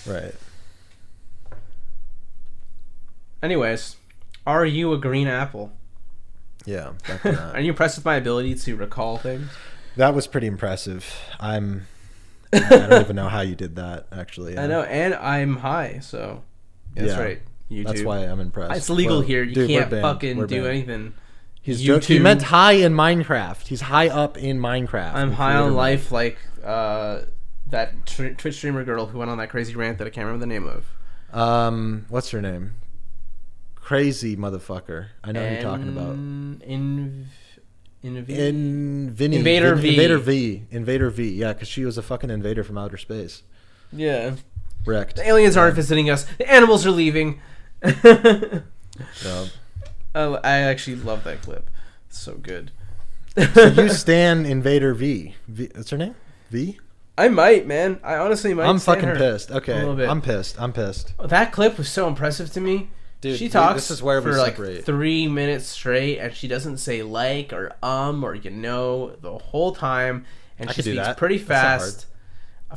[SPEAKER 1] Right.
[SPEAKER 2] Anyways, are you a green apple?
[SPEAKER 1] Yeah. back to
[SPEAKER 2] Are
[SPEAKER 1] that.
[SPEAKER 2] you impressed with my ability to recall things?
[SPEAKER 1] that was pretty impressive. I'm I don't even know how you did that actually.
[SPEAKER 2] I know, and I'm high, so that's
[SPEAKER 1] Yeah.
[SPEAKER 2] right. YouTube.
[SPEAKER 1] That's why I'm impressed.
[SPEAKER 2] it's legal
[SPEAKER 1] Well,
[SPEAKER 2] here. You
[SPEAKER 1] dude, we're
[SPEAKER 2] can't
[SPEAKER 1] banned.
[SPEAKER 2] fucking
[SPEAKER 1] We're
[SPEAKER 2] do
[SPEAKER 1] banned.
[SPEAKER 2] anything.
[SPEAKER 1] He's
[SPEAKER 2] You
[SPEAKER 1] jo- he
[SPEAKER 2] too.
[SPEAKER 1] meant high in Minecraft. He's high up in Minecraft.
[SPEAKER 2] I'm
[SPEAKER 1] in
[SPEAKER 2] high on
[SPEAKER 1] creator mode.
[SPEAKER 2] life, like uh, that tr- Twitch streamer girl who went on that crazy rant that I can't remember the name of.
[SPEAKER 1] Um, what's her name? Crazy motherfucker. I know who you're talking about.
[SPEAKER 2] And In in
[SPEAKER 1] In Vinny,
[SPEAKER 2] Invader
[SPEAKER 1] Vin-
[SPEAKER 2] V.
[SPEAKER 1] Invader V. Invader V. Yeah, because she was a fucking invader from outer space.
[SPEAKER 2] Yeah.
[SPEAKER 1] Wrecked.
[SPEAKER 2] The aliens aren't visiting us. The animals are leaving.
[SPEAKER 1] Yeah.
[SPEAKER 2] Oh, I actually love that clip. It's so good.
[SPEAKER 1] So you stand Invader V. v. What's her name? V.
[SPEAKER 2] I might, man. I honestly might.
[SPEAKER 1] am
[SPEAKER 2] stand
[SPEAKER 1] fucking
[SPEAKER 2] her.
[SPEAKER 1] pissed. Okay,
[SPEAKER 2] little bit.
[SPEAKER 1] I'm pissed. I'm pissed.
[SPEAKER 2] That clip was so impressive to me.
[SPEAKER 1] Dude,
[SPEAKER 2] she
[SPEAKER 1] we-
[SPEAKER 2] talks
[SPEAKER 1] this is where we
[SPEAKER 2] for like
[SPEAKER 1] separate.
[SPEAKER 2] three minutes straight, and she doesn't say like or um or you know the whole time, and
[SPEAKER 1] I
[SPEAKER 2] she
[SPEAKER 1] could do
[SPEAKER 2] speaks
[SPEAKER 1] that.
[SPEAKER 2] pretty
[SPEAKER 1] That's not hard.
[SPEAKER 2] fast.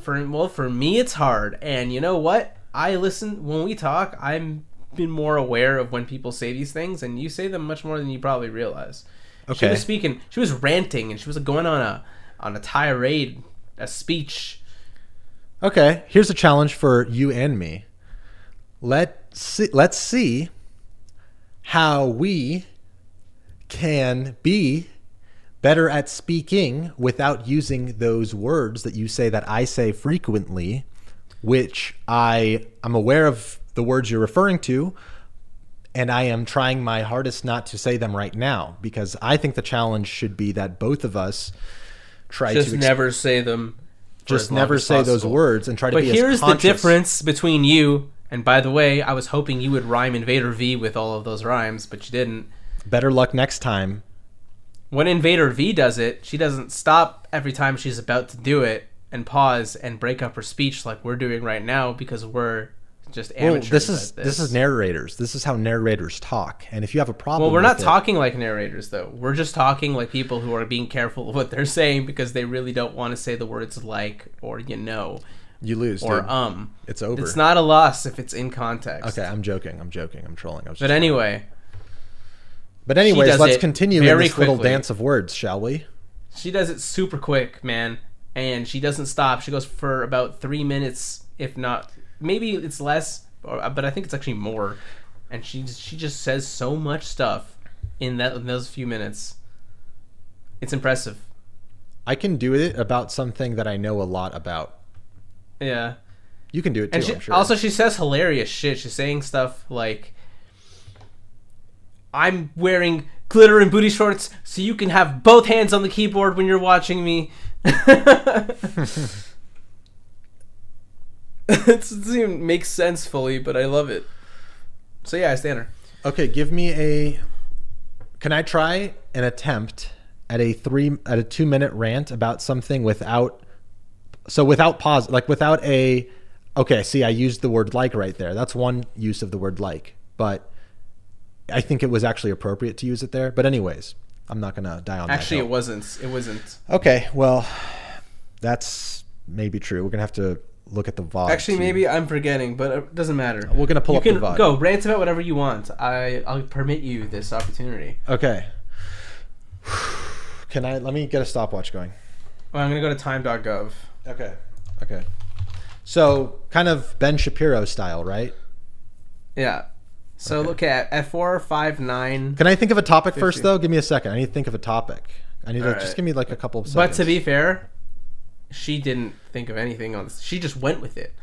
[SPEAKER 2] For well, for me it's hard, and you know what? I listen when we talk. I'm been more aware of when people say these things, and you say them much more than you probably realize. She
[SPEAKER 1] Okay.
[SPEAKER 2] was speaking. She was ranting, and she was going on a on a tirade, a speech.
[SPEAKER 1] Okay, here's a challenge for you and me. Let see, let's see how we can be better at speaking without using those words that you say that I say frequently, which I I'm aware of the words you're referring to, and I am trying my hardest not to say them right now because I think the challenge should be that both of us try
[SPEAKER 2] just
[SPEAKER 1] to ex-
[SPEAKER 2] never say them. for as
[SPEAKER 1] just
[SPEAKER 2] long
[SPEAKER 1] never
[SPEAKER 2] as
[SPEAKER 1] say those
[SPEAKER 2] possible.
[SPEAKER 1] words and try to
[SPEAKER 2] But
[SPEAKER 1] be
[SPEAKER 2] here's
[SPEAKER 1] as
[SPEAKER 2] the
[SPEAKER 1] conscious.
[SPEAKER 2] difference between you and by the way, I was hoping you would rhyme Invader V with all of those rhymes, but you didn't.
[SPEAKER 1] Better luck next time.
[SPEAKER 2] When Invader V does it, she doesn't stop every time she's about to do it and pause and break up her speech like we're doing right now because we're just
[SPEAKER 1] Well,
[SPEAKER 2] amateurs.
[SPEAKER 1] this is
[SPEAKER 2] at
[SPEAKER 1] this. is narrators. This is how narrators talk. And if you have a problem,
[SPEAKER 2] Well, we're
[SPEAKER 1] with
[SPEAKER 2] not
[SPEAKER 1] it-
[SPEAKER 2] talking like narrators though. We're just talking like people who are being careful of what they're saying because they really don't want to say the words like or you know
[SPEAKER 1] You lose.
[SPEAKER 2] or
[SPEAKER 1] dude.
[SPEAKER 2] um.
[SPEAKER 1] it's over.
[SPEAKER 2] It's not a loss if it's in context.
[SPEAKER 1] okay. I'm joking. I'm joking. I'm trolling. I was just
[SPEAKER 2] But anyway,
[SPEAKER 1] but anyways,
[SPEAKER 2] does
[SPEAKER 1] let's
[SPEAKER 2] it
[SPEAKER 1] continue in
[SPEAKER 2] very
[SPEAKER 1] this little
[SPEAKER 2] quickly.
[SPEAKER 1] dance of words, shall we?
[SPEAKER 2] she does it super quick, man, and she doesn't stop. She goes for about three minutes, if not, maybe it's less, or, uh, but I think it's actually more. And she she just says so much stuff in that in those few minutes. It's impressive.
[SPEAKER 1] I can do it about something that I know a lot about.
[SPEAKER 2] Yeah.
[SPEAKER 1] You can do it too.
[SPEAKER 2] And she,
[SPEAKER 1] I'm sure.
[SPEAKER 2] also, she says hilarious shit. She's saying stuff like, "I'm wearing glitter and booty shorts, so you can have both hands on the keyboard when you're watching me." it doesn't even make sense fully, but I love it. So yeah, I stand her.
[SPEAKER 1] okay, give me a. Can I try an attempt at a three at a two minute rant about something without, so without pause, like without a. Okay, see, I used the word like right there. That's one use of the word like, but I think it was actually appropriate to use it there. But anyways, I'm not gonna die on
[SPEAKER 2] Actually,
[SPEAKER 1] that.
[SPEAKER 2] it wasn't. It wasn't.
[SPEAKER 1] hill. okay, well, that's maybe true. We're gonna have to look at the VOD.
[SPEAKER 2] Actually,
[SPEAKER 1] to-
[SPEAKER 2] maybe I'm forgetting, but it doesn't matter.
[SPEAKER 1] We're gonna pull
[SPEAKER 2] you
[SPEAKER 1] up the
[SPEAKER 2] can
[SPEAKER 1] VOD.
[SPEAKER 2] go rant about whatever you want. I I'll permit you this opportunity.
[SPEAKER 1] Okay. Can I? Let me get a stopwatch going.
[SPEAKER 2] I'm gonna go to time.gov.
[SPEAKER 1] Okay. Okay. So kind of Ben Shapiro style, right?
[SPEAKER 2] Yeah. So look at at four five nine.
[SPEAKER 1] Can I think of a topic first
[SPEAKER 2] 50.
[SPEAKER 1] though? Give me a second. I need to think of a topic. I need to
[SPEAKER 2] All right.
[SPEAKER 1] just give me like a couple of
[SPEAKER 2] But
[SPEAKER 1] seconds.
[SPEAKER 2] to be fair, she didn't think of anything on. She just went with it.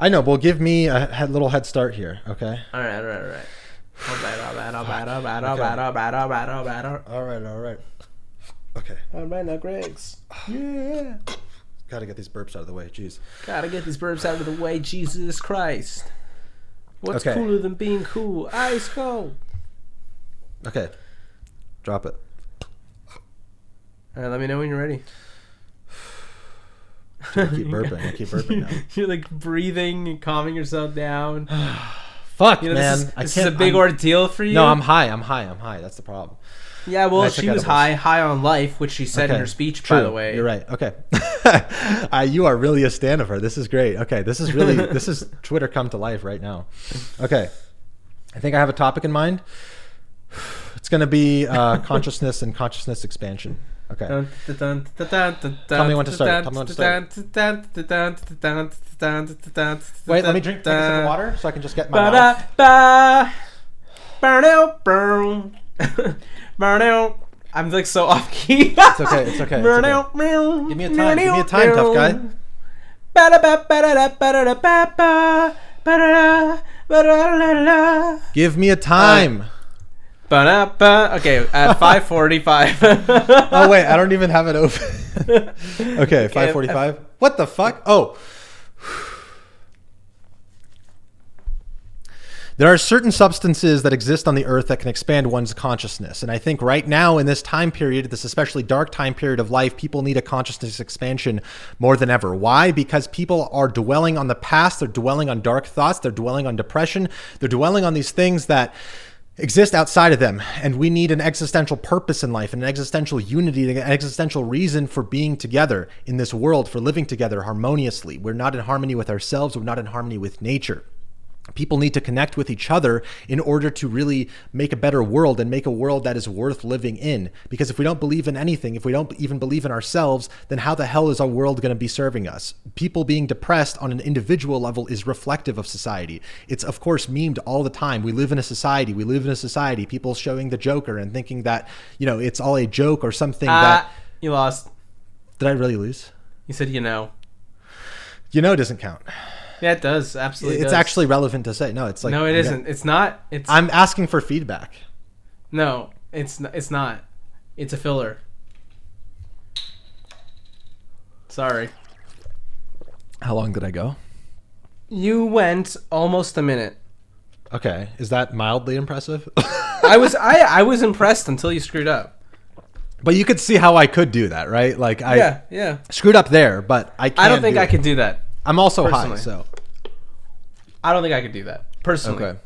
[SPEAKER 1] I know, well give me a he- little head start here, okay?
[SPEAKER 2] All right, all right, all right. All right, all right, all right, all right, all right, all right, all right, all right, all right.
[SPEAKER 1] All right, all right. Okay.
[SPEAKER 2] All right, now Greg's.
[SPEAKER 1] Yeah. Got to get these burps out of the way. Jeez.
[SPEAKER 2] Gotta get these burps out of the way, Jesus Christ. What's
[SPEAKER 1] Okay.
[SPEAKER 2] cooler than being cool? Ice cold.
[SPEAKER 1] Okay. Drop it.
[SPEAKER 2] All right, let me know when you're ready.
[SPEAKER 1] Dude, I keep burping. I keep burping now.
[SPEAKER 2] You're like breathing and calming yourself down.
[SPEAKER 1] Fuck,
[SPEAKER 2] You know,
[SPEAKER 1] man.
[SPEAKER 2] this is,
[SPEAKER 1] I
[SPEAKER 2] this is
[SPEAKER 1] can't
[SPEAKER 2] a big
[SPEAKER 1] I'm-
[SPEAKER 2] ordeal for you.
[SPEAKER 1] No, I'm high. I'm high. I'm high. That's the problem.
[SPEAKER 2] Yeah, well,
[SPEAKER 1] I
[SPEAKER 2] she
[SPEAKER 1] took
[SPEAKER 2] was
[SPEAKER 1] edibles.
[SPEAKER 2] high, high on life, which she said in
[SPEAKER 1] Okay,
[SPEAKER 2] her speech, by
[SPEAKER 1] true.
[SPEAKER 2] the way.
[SPEAKER 1] You're right. Okay. uh, you are really a stand of her. This is great. Okay. This is really, this is Twitter come to life right now. Okay. I think I have a topic in mind. It's going to be uh, consciousness and consciousness expansion. Okay.
[SPEAKER 2] Tell
[SPEAKER 1] me when to start. Tell me when to start. Wait, let me drink take a sip of water so I can just get my mouth.
[SPEAKER 2] Ba-da-ba. Burn-out, burn. Burn-out. I'm like so off key. It's
[SPEAKER 1] okay, it's okay, it's
[SPEAKER 2] Give
[SPEAKER 1] Give me a time. Give me a time, tough guy.
[SPEAKER 2] guy.
[SPEAKER 1] Give me a time.
[SPEAKER 2] Ba-da-ba. Okay, at 5:45.
[SPEAKER 1] oh, wait. I don't even have it open. okay. 545. What the fuck? Oh. There are certain substances that exist on the earth that can expand one's consciousness. And I think right now, in this time period, this especially dark time period of life, people need a consciousness expansion more than ever. Why? Because people are dwelling on the past, they're dwelling on dark thoughts, they're dwelling on depression, they're dwelling on these things that exist outside of them and we need an existential purpose in life an existential unity an existential reason for being together in this world for living together harmoniously we're not in harmony with ourselves we're not in harmony with nature people need to connect with each other in order to really make a better world and make a world that is worth living in because if we don't believe in anything if we don't even believe in ourselves then how the hell is our world going to be serving us people being depressed on an individual level is reflective of society it's of course memed all the time we live in a society we live in a society people showing the joker and thinking that you know it's all a joke or something
[SPEAKER 2] Ah,
[SPEAKER 1] that
[SPEAKER 2] you lost.
[SPEAKER 1] did i really lose
[SPEAKER 2] You said you know.
[SPEAKER 1] you know it doesn't count
[SPEAKER 2] Yeah, it does. Absolutely.
[SPEAKER 1] it's
[SPEAKER 2] does.
[SPEAKER 1] actually relevant to say no it's like
[SPEAKER 2] no, it
[SPEAKER 1] yeah.
[SPEAKER 2] not It's not. It's
[SPEAKER 1] i'm asking for feedback
[SPEAKER 2] no. It's n- it's not. It's a filler. Sorry.
[SPEAKER 1] how long did i go
[SPEAKER 2] You went almost a minute.
[SPEAKER 1] Okay, is that mildly impressive?
[SPEAKER 2] I was I I was impressed until you screwed up.
[SPEAKER 1] but you could see how I could do that, right? Like I
[SPEAKER 2] Yeah, yeah.
[SPEAKER 1] screwed up there, but I can't
[SPEAKER 2] I don't think
[SPEAKER 1] do
[SPEAKER 2] I
[SPEAKER 1] it.
[SPEAKER 2] could do that.
[SPEAKER 1] I'm also high,
[SPEAKER 2] personally.
[SPEAKER 1] so
[SPEAKER 2] I don't think I could do that personally.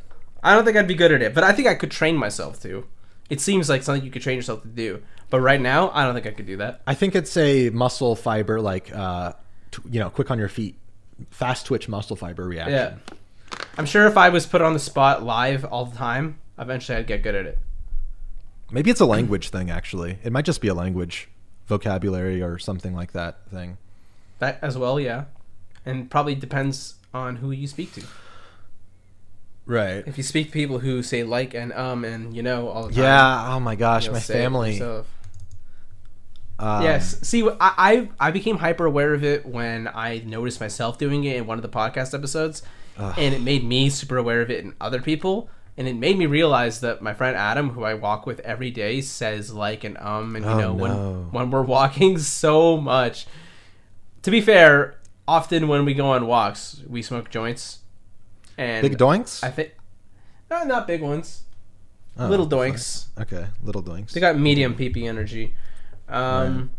[SPEAKER 2] I don't think I'd be good at it, but I think I could train myself to. It seems like something you could train yourself to do, but right now I don't think I could do that.
[SPEAKER 1] I think it's a muscle fiber, like uh, t- you know, quick on your feet, fast twitch muscle fiber reaction.
[SPEAKER 2] Yeah, I'm sure if I was put on the spot live all the time, eventually I'd get good at it.
[SPEAKER 1] Maybe it's a language thing. Actually, it might just be a language vocabulary or something like that thing.
[SPEAKER 2] That as well, yeah, and probably depends on who you speak to.
[SPEAKER 1] Right.
[SPEAKER 2] If you speak to people who say like and um and you know all the time,
[SPEAKER 1] Yeah. Oh my gosh,
[SPEAKER 2] Um, you'll
[SPEAKER 1] my
[SPEAKER 2] say it
[SPEAKER 1] family.
[SPEAKER 2] yourself.
[SPEAKER 1] um,
[SPEAKER 2] yes. See, I, I I became hyper aware of it when I noticed myself doing it in one of the podcast episodes, and it made me super aware of it in other people, and it made me realize that my friend Adam, who I walk with every day, says like and um, and you
[SPEAKER 1] Oh,
[SPEAKER 2] know
[SPEAKER 1] no.
[SPEAKER 2] when when we're walking so much. To be fair, often when we go on walks, we smoke joints, and
[SPEAKER 1] Big doinks.
[SPEAKER 2] I think, no, not big ones,
[SPEAKER 1] Oh,
[SPEAKER 2] little doinks.
[SPEAKER 1] Okay, little doinks.
[SPEAKER 2] They got medium PP energy. Um,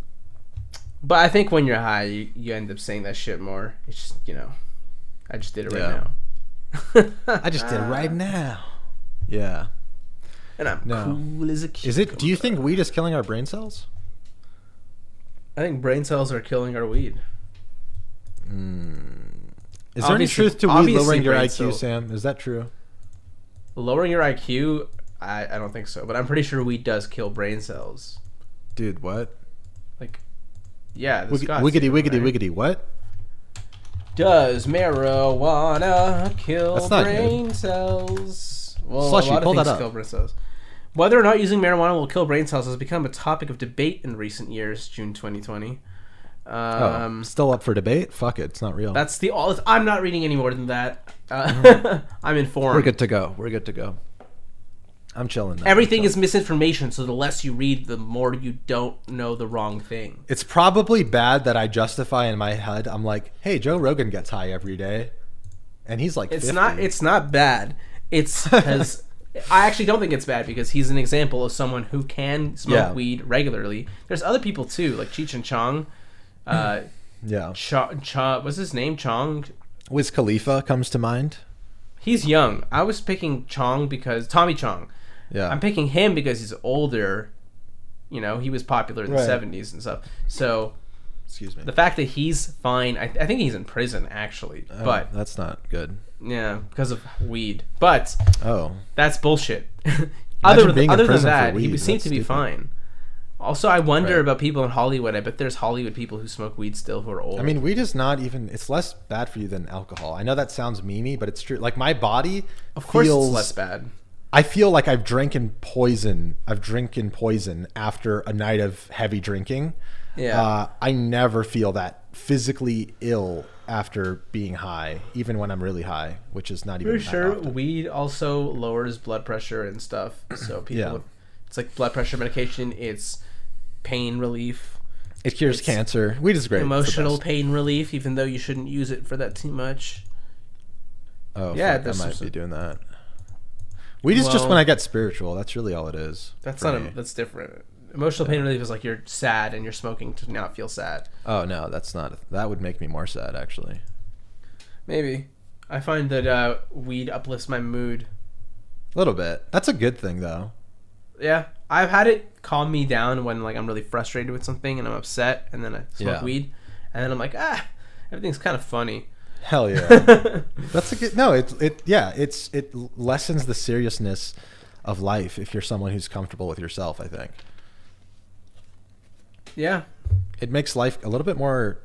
[SPEAKER 2] But I think when you're high, you, you end up saying that shit more. It's just, you know, I just did it right now. Ah,
[SPEAKER 1] I just did it right now. Yeah.
[SPEAKER 2] And I'm
[SPEAKER 1] No.
[SPEAKER 2] cool as a kid.
[SPEAKER 1] Is it? Do you think weed is killing our brain cells?
[SPEAKER 2] I think brain cells are killing our weed.
[SPEAKER 1] Is there any
[SPEAKER 2] Obviously-
[SPEAKER 1] truth to weed
[SPEAKER 2] obviously
[SPEAKER 1] lowering your
[SPEAKER 2] brain
[SPEAKER 1] IQ,
[SPEAKER 2] cell-
[SPEAKER 1] Sam? Is that true?
[SPEAKER 2] Lowering your IQ, I, I don't think so. But I'm pretty sure weed does kill brain cells.
[SPEAKER 1] Dude, what?
[SPEAKER 2] Like, yeah. this
[SPEAKER 1] Wig-
[SPEAKER 2] got
[SPEAKER 1] wiggity,
[SPEAKER 2] to,
[SPEAKER 1] wiggity,
[SPEAKER 2] right?
[SPEAKER 1] wiggity, what?
[SPEAKER 2] Does marijuana kill
[SPEAKER 1] That's not
[SPEAKER 2] brain cells? Well,
[SPEAKER 1] Slushy,
[SPEAKER 2] a lot
[SPEAKER 1] pull
[SPEAKER 2] of
[SPEAKER 1] that
[SPEAKER 2] things
[SPEAKER 1] up.
[SPEAKER 2] kill brain cells. Whether or not using marijuana will kill brain cells has become a topic of debate in recent years. June 2020. Um,
[SPEAKER 1] oh, still up for debate? Fuck it, it's not real.
[SPEAKER 2] That's the all. I'm not reading any more than that. Uh, I'm
[SPEAKER 1] Oh. We're
[SPEAKER 2] informed.
[SPEAKER 1] good to go. We're good to go. I'm chilling. Now.
[SPEAKER 2] Everything is misinformation, so the less you read, the more you don't know the wrong thing.
[SPEAKER 1] It's probably bad that I justify in my head. I'm like, hey, Joe Rogan gets high every day, and he's like,
[SPEAKER 2] It's
[SPEAKER 1] 50.
[SPEAKER 2] not. It's not bad. It's because I actually don't think it's bad because he's an example of someone who can smoke
[SPEAKER 1] Yeah.
[SPEAKER 2] weed regularly. There's other people too, like Cheech and Chong.
[SPEAKER 1] Hmm.
[SPEAKER 2] Uh,
[SPEAKER 1] yeah.
[SPEAKER 2] Cha, Cha, what's his name? Chong.
[SPEAKER 1] Wiz Khalifa comes to mind.
[SPEAKER 2] He's young. I was picking Chong because Tommy Chong.
[SPEAKER 1] Yeah,
[SPEAKER 2] I'm picking him because he's older. You know, he was popular in
[SPEAKER 1] Right.
[SPEAKER 2] the '70s and stuff. So
[SPEAKER 1] excuse me.
[SPEAKER 2] the fact that he's fine, I, I think he's in prison actually,
[SPEAKER 1] Oh,
[SPEAKER 2] but
[SPEAKER 1] that's not good.
[SPEAKER 2] yeah, because of weed. But
[SPEAKER 1] Oh,
[SPEAKER 2] That's bullshit. other
[SPEAKER 1] being in
[SPEAKER 2] other than
[SPEAKER 1] prison for
[SPEAKER 2] that, he
[SPEAKER 1] weed,
[SPEAKER 2] seemed
[SPEAKER 1] that's
[SPEAKER 2] to be
[SPEAKER 1] stupid.
[SPEAKER 2] fine. Also, I wonder
[SPEAKER 1] Right.
[SPEAKER 2] about people in Hollywood. I bet there's Hollywood people who smoke weed still who are old.
[SPEAKER 1] I mean, weed is not even. It's less bad for you than alcohol. I know that sounds memey, but it's true. Like my body,
[SPEAKER 2] of course,
[SPEAKER 1] feels,
[SPEAKER 2] it's less bad.
[SPEAKER 1] I feel like I've drinking poison. I've drinking poison after a night of heavy drinking.
[SPEAKER 2] Yeah.
[SPEAKER 1] Uh, I never feel that physically ill after being high, even when I'm really high, which is not even
[SPEAKER 2] For
[SPEAKER 1] that
[SPEAKER 2] sure,
[SPEAKER 1] often.
[SPEAKER 2] weed also lowers blood pressure and stuff. So people,
[SPEAKER 1] Yeah.
[SPEAKER 2] it's like blood pressure medication. It's pain relief,
[SPEAKER 1] It cures
[SPEAKER 2] It's
[SPEAKER 1] cancer. Weed is great. It's the
[SPEAKER 2] emotional
[SPEAKER 1] best.
[SPEAKER 2] pain relief. Even though you shouldn't use it for that too much.
[SPEAKER 1] Oh, yeah,
[SPEAKER 2] Yeah,
[SPEAKER 1] fuck, I
[SPEAKER 2] there's
[SPEAKER 1] might
[SPEAKER 2] some-
[SPEAKER 1] be doing that. We just just
[SPEAKER 2] Well-
[SPEAKER 1] when I get spiritual, that's really all it is.
[SPEAKER 2] That's
[SPEAKER 1] for
[SPEAKER 2] not.
[SPEAKER 1] me.
[SPEAKER 2] A, that's different. Emotional pain relief is like you're sad and you're smoking to not feel sad.
[SPEAKER 1] oh no, that's not. That would make me more sad actually.
[SPEAKER 2] Maybe. I find that uh, weed uplifts my mood.
[SPEAKER 1] A little bit. That's a good thing though.
[SPEAKER 2] Yeah, I've had it calm me down when like I'm really frustrated with something and I'm upset, and then I smoke
[SPEAKER 1] Yeah.
[SPEAKER 2] weed, and then I'm like, ah, everything's kind of funny.
[SPEAKER 1] Hell yeah. that's a good. No, it it yeah. It's it lessens the seriousness of life if you're someone who's comfortable with yourself. I think
[SPEAKER 2] yeah,
[SPEAKER 1] it makes life a little bit more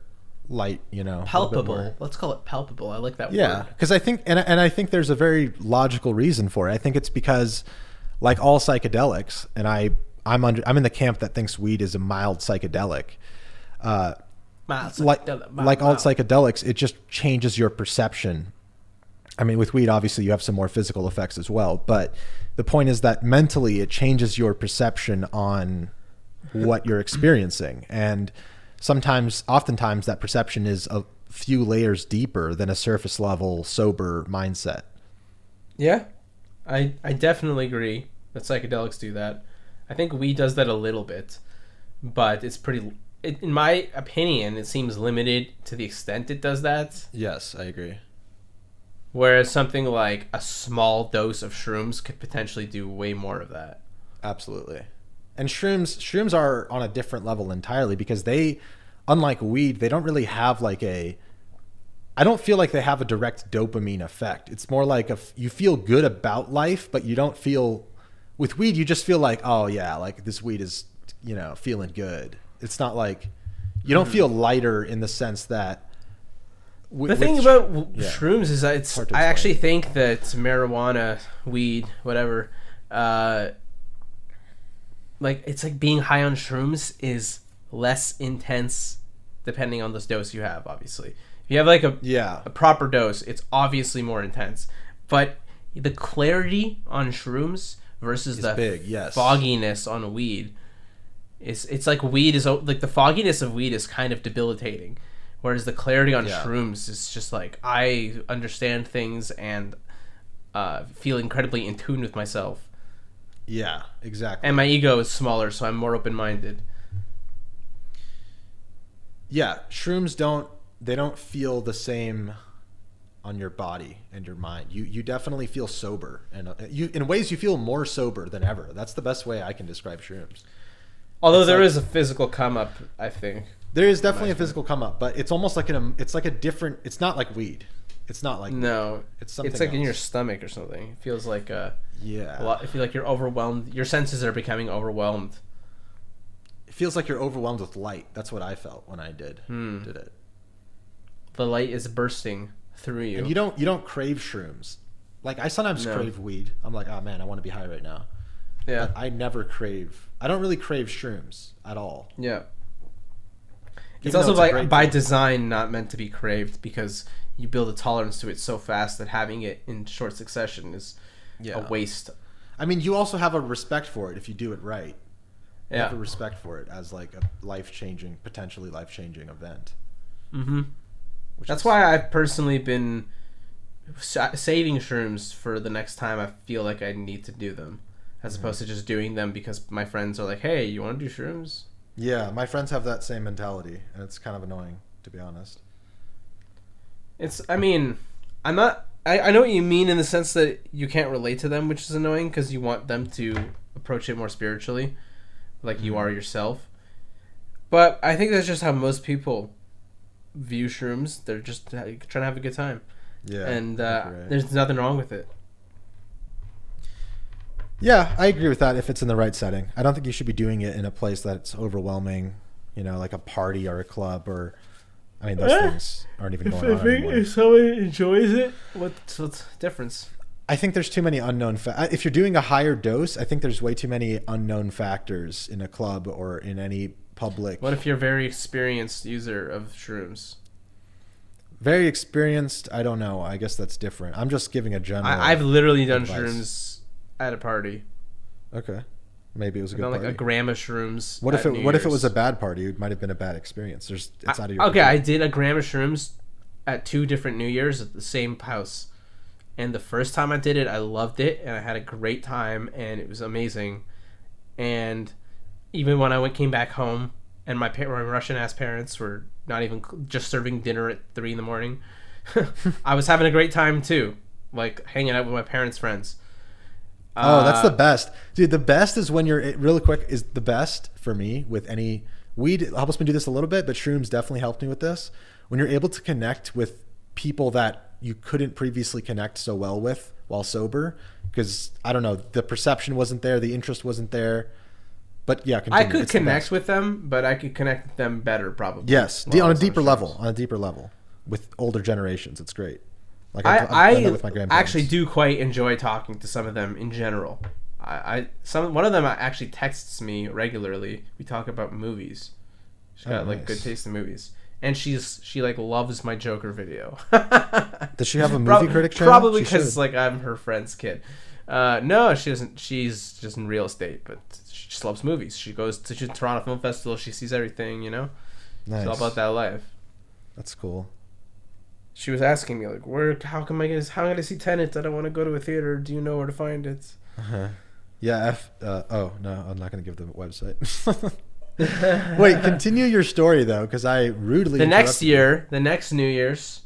[SPEAKER 1] light. You know, a little bit more-
[SPEAKER 2] palpable. Let's call it palpable. I like that
[SPEAKER 1] Yeah,
[SPEAKER 2] word.
[SPEAKER 1] because I think, and and I think there's a very logical reason for it. I think it's because, like all psychedelics, and I I'm under I'm in the camp that thinks weed is a mild psychedelic. Uh,
[SPEAKER 2] Yeah,
[SPEAKER 1] like like all psychedelics, it just changes your perception. I mean, with weed, obviously you have some more physical effects as well, but the point is that mentally it changes your perception on what you're experiencing, and sometimes, oftentimes, that perception is a few layers deeper than a surface level sober mindset.
[SPEAKER 2] Yeah, I I definitely agree that psychedelics do that. I think weed does that a little bit, but it's pretty. It, in my opinion, it seems limited to the extent it does that.
[SPEAKER 1] Yes, I agree.
[SPEAKER 2] Whereas something like a small dose of shrooms could potentially do way more of that.
[SPEAKER 1] Absolutely. And shrooms shrooms are on a different level entirely because they unlike weed, they don't really have like a I don't feel like they have a direct dopamine effect. It's more like a f you feel good about life, but you don't feel with weed you just feel like, oh yeah, like this weed is, you know, feeling good. It's not like you don't feel lighter in the sense that wi-
[SPEAKER 2] Hmm. The thing
[SPEAKER 1] with sh-
[SPEAKER 2] about w-
[SPEAKER 1] yeah.
[SPEAKER 2] shrooms is that it's.
[SPEAKER 1] Hard to
[SPEAKER 2] I
[SPEAKER 1] explain.
[SPEAKER 2] actually think that marijuana, weed, whatever, uh, like it's like being high on shrooms is less intense, depending on the dose you have. Obviously, if you have like a
[SPEAKER 1] yeah,
[SPEAKER 2] a proper dose, it's obviously more intense. But the clarity on shrooms versus the
[SPEAKER 1] big, yes.
[SPEAKER 2] fogginess on weed is it's like weed is o- like the fogginess of weed is kind of debilitating, whereas the clarity on
[SPEAKER 1] Yeah.
[SPEAKER 2] shrooms is just like I understand things and uh, feel incredibly in tune with myself,
[SPEAKER 1] yeah, exactly.
[SPEAKER 2] and my ego is smaller, so I'm more open minded.
[SPEAKER 1] yeah shrooms don't they don't feel the same on your body and your mind you you definitely feel sober and uh, you in ways you feel more sober than ever that's the best way i can describe shrooms
[SPEAKER 2] Although
[SPEAKER 1] It's
[SPEAKER 2] there
[SPEAKER 1] like-
[SPEAKER 2] is a physical come up, I think.
[SPEAKER 1] there is definitely a physical come up but it's almost like an um, it's like a different it's not like weed it's not like
[SPEAKER 2] No,
[SPEAKER 1] It's
[SPEAKER 2] Mm. it's
[SPEAKER 1] something
[SPEAKER 2] like in your
[SPEAKER 1] else.
[SPEAKER 2] stomach or something. It feels like uh
[SPEAKER 1] yeah
[SPEAKER 2] a lot. I feel like you're overwhelmed. Your senses are becoming overwhelmed.
[SPEAKER 1] it feels like you're overwhelmed with light that's what i felt when i did
[SPEAKER 2] Hmm.
[SPEAKER 1] did it
[SPEAKER 2] The light is bursting through you.
[SPEAKER 1] and you don't you don't crave shrooms like i sometimes
[SPEAKER 2] No.
[SPEAKER 1] crave weed i'm like oh man i want to be high right now
[SPEAKER 2] yeah,
[SPEAKER 1] but i never crave i don't really crave shrooms at all
[SPEAKER 2] yeah.
[SPEAKER 1] Even
[SPEAKER 2] It's
[SPEAKER 1] though
[SPEAKER 2] also
[SPEAKER 1] a
[SPEAKER 2] like
[SPEAKER 1] great
[SPEAKER 2] by
[SPEAKER 1] drug.
[SPEAKER 2] design not meant to be craved because you build a tolerance to it so fast that having it in short succession is a waste.
[SPEAKER 1] I mean, you also have a respect for it if you do it right. You
[SPEAKER 2] Yeah.
[SPEAKER 1] have a respect for it as like a life changing, potentially life changing event.
[SPEAKER 2] Mm-hmm.
[SPEAKER 1] Which
[SPEAKER 2] That's
[SPEAKER 1] is-
[SPEAKER 2] why I've personally been sa- saving shrooms for the next time I feel like I need to do them, as opposed to just doing them because my friends are like, "Hey, you want to do shrooms?"
[SPEAKER 1] Yeah, my friends have that same mentality, and it's kind of annoying to be honest.
[SPEAKER 2] It's. I mean, I'm not. I, I know what you mean in the sense that you can't relate to them, which is annoying because you want them to approach it more spiritually, like you
[SPEAKER 1] Mm-hmm.
[SPEAKER 2] are yourself. But I think that's just how most people view shrooms. They're just ha- trying to have a good time,
[SPEAKER 1] Yeah,
[SPEAKER 2] and
[SPEAKER 1] I
[SPEAKER 2] uh,
[SPEAKER 1] think you're right.
[SPEAKER 2] there's nothing wrong with it.
[SPEAKER 1] yeah, I agree with that if it's in the right setting. I don't think you should be doing it in a place that's overwhelming, you know, like a party or a club or. I mean, those
[SPEAKER 2] Eh,
[SPEAKER 1] things aren't even going on anymore.
[SPEAKER 2] someone enjoys it, what's what's the difference?
[SPEAKER 1] I think there's too many unknown. Fa- uh, if you're doing a higher dose, I think there's way too many unknown factors in a club or in any public.
[SPEAKER 2] What if you're a very experienced user of shrooms?
[SPEAKER 1] Very experienced. I don't know. I guess that's different. I'm just giving a general.
[SPEAKER 2] I, I've literally done
[SPEAKER 1] Advice.
[SPEAKER 2] shrooms at a party.
[SPEAKER 1] okay. Maybe it was a
[SPEAKER 2] I've
[SPEAKER 1] good
[SPEAKER 2] done like
[SPEAKER 1] party.
[SPEAKER 2] a gram of shrooms.
[SPEAKER 1] what if
[SPEAKER 2] at
[SPEAKER 1] it?
[SPEAKER 2] New
[SPEAKER 1] What if it
[SPEAKER 2] Year's.
[SPEAKER 1] was a bad party? It might have been a bad experience. There's. It's
[SPEAKER 2] I-
[SPEAKER 1] out of your.
[SPEAKER 2] okay,
[SPEAKER 1] control.
[SPEAKER 2] I did a gram of shrooms at two different New Year's at the same house. And the first time I did it, I loved it and I had a great time and it was amazing. And even when I went came back home and my, par- my Russian ass parents were not even cl- just serving dinner at three in the morning, I was having a great time too, like hanging out with my parents' friends.
[SPEAKER 1] Oh, that's
[SPEAKER 2] Uh,
[SPEAKER 1] the best, dude. The best is when you're it- really quick. Is the best for me with any weed helps me do this a little bit, but shrooms definitely helped me with this. When you're able to connect with people that you couldn't previously connect so well with while sober, because I don't know, the perception wasn't there, the interest wasn't there. But yeah,
[SPEAKER 2] I
[SPEAKER 1] continue.
[SPEAKER 2] could
[SPEAKER 1] It's the
[SPEAKER 2] connect
[SPEAKER 1] best.
[SPEAKER 2] with them, but I could connect with them better probably.
[SPEAKER 1] Yes,
[SPEAKER 2] while
[SPEAKER 1] de-
[SPEAKER 2] I
[SPEAKER 1] on a
[SPEAKER 2] was
[SPEAKER 1] deeper
[SPEAKER 2] shrooms.
[SPEAKER 1] level, on a deeper level, with older generations, it's great. Like
[SPEAKER 2] I,
[SPEAKER 1] I've- I've done that
[SPEAKER 2] I actually
[SPEAKER 1] grandparents.
[SPEAKER 2] do quite enjoy talking to some of them in general. I, I some one of them actually texts me regularly. We talk about movies. She's got
[SPEAKER 1] Oh,
[SPEAKER 2] like
[SPEAKER 1] nice.
[SPEAKER 2] good taste in movies, and she's she like loves my Joker video.
[SPEAKER 1] Does she have a movie
[SPEAKER 2] Prob-
[SPEAKER 1] critic channel?
[SPEAKER 2] Probably
[SPEAKER 1] She should.
[SPEAKER 2] because like I'm her friend's kid. Uh, no, she doesn't. She's just in real estate, but she just loves movies. She goes to the Toronto Film Festival. She sees everything. You know,
[SPEAKER 1] Nice.
[SPEAKER 2] it's all about that life.
[SPEAKER 1] That's cool.
[SPEAKER 2] she was asking me like where how come i guess how am i gonna see tenants i don't want to go to a theater do you know where to find it
[SPEAKER 1] Yeah. F, uh, oh no, I'm not going to give the website. Wait, continue your story though, because I rudely.
[SPEAKER 2] the next
[SPEAKER 1] interrupted-
[SPEAKER 2] year the next new year's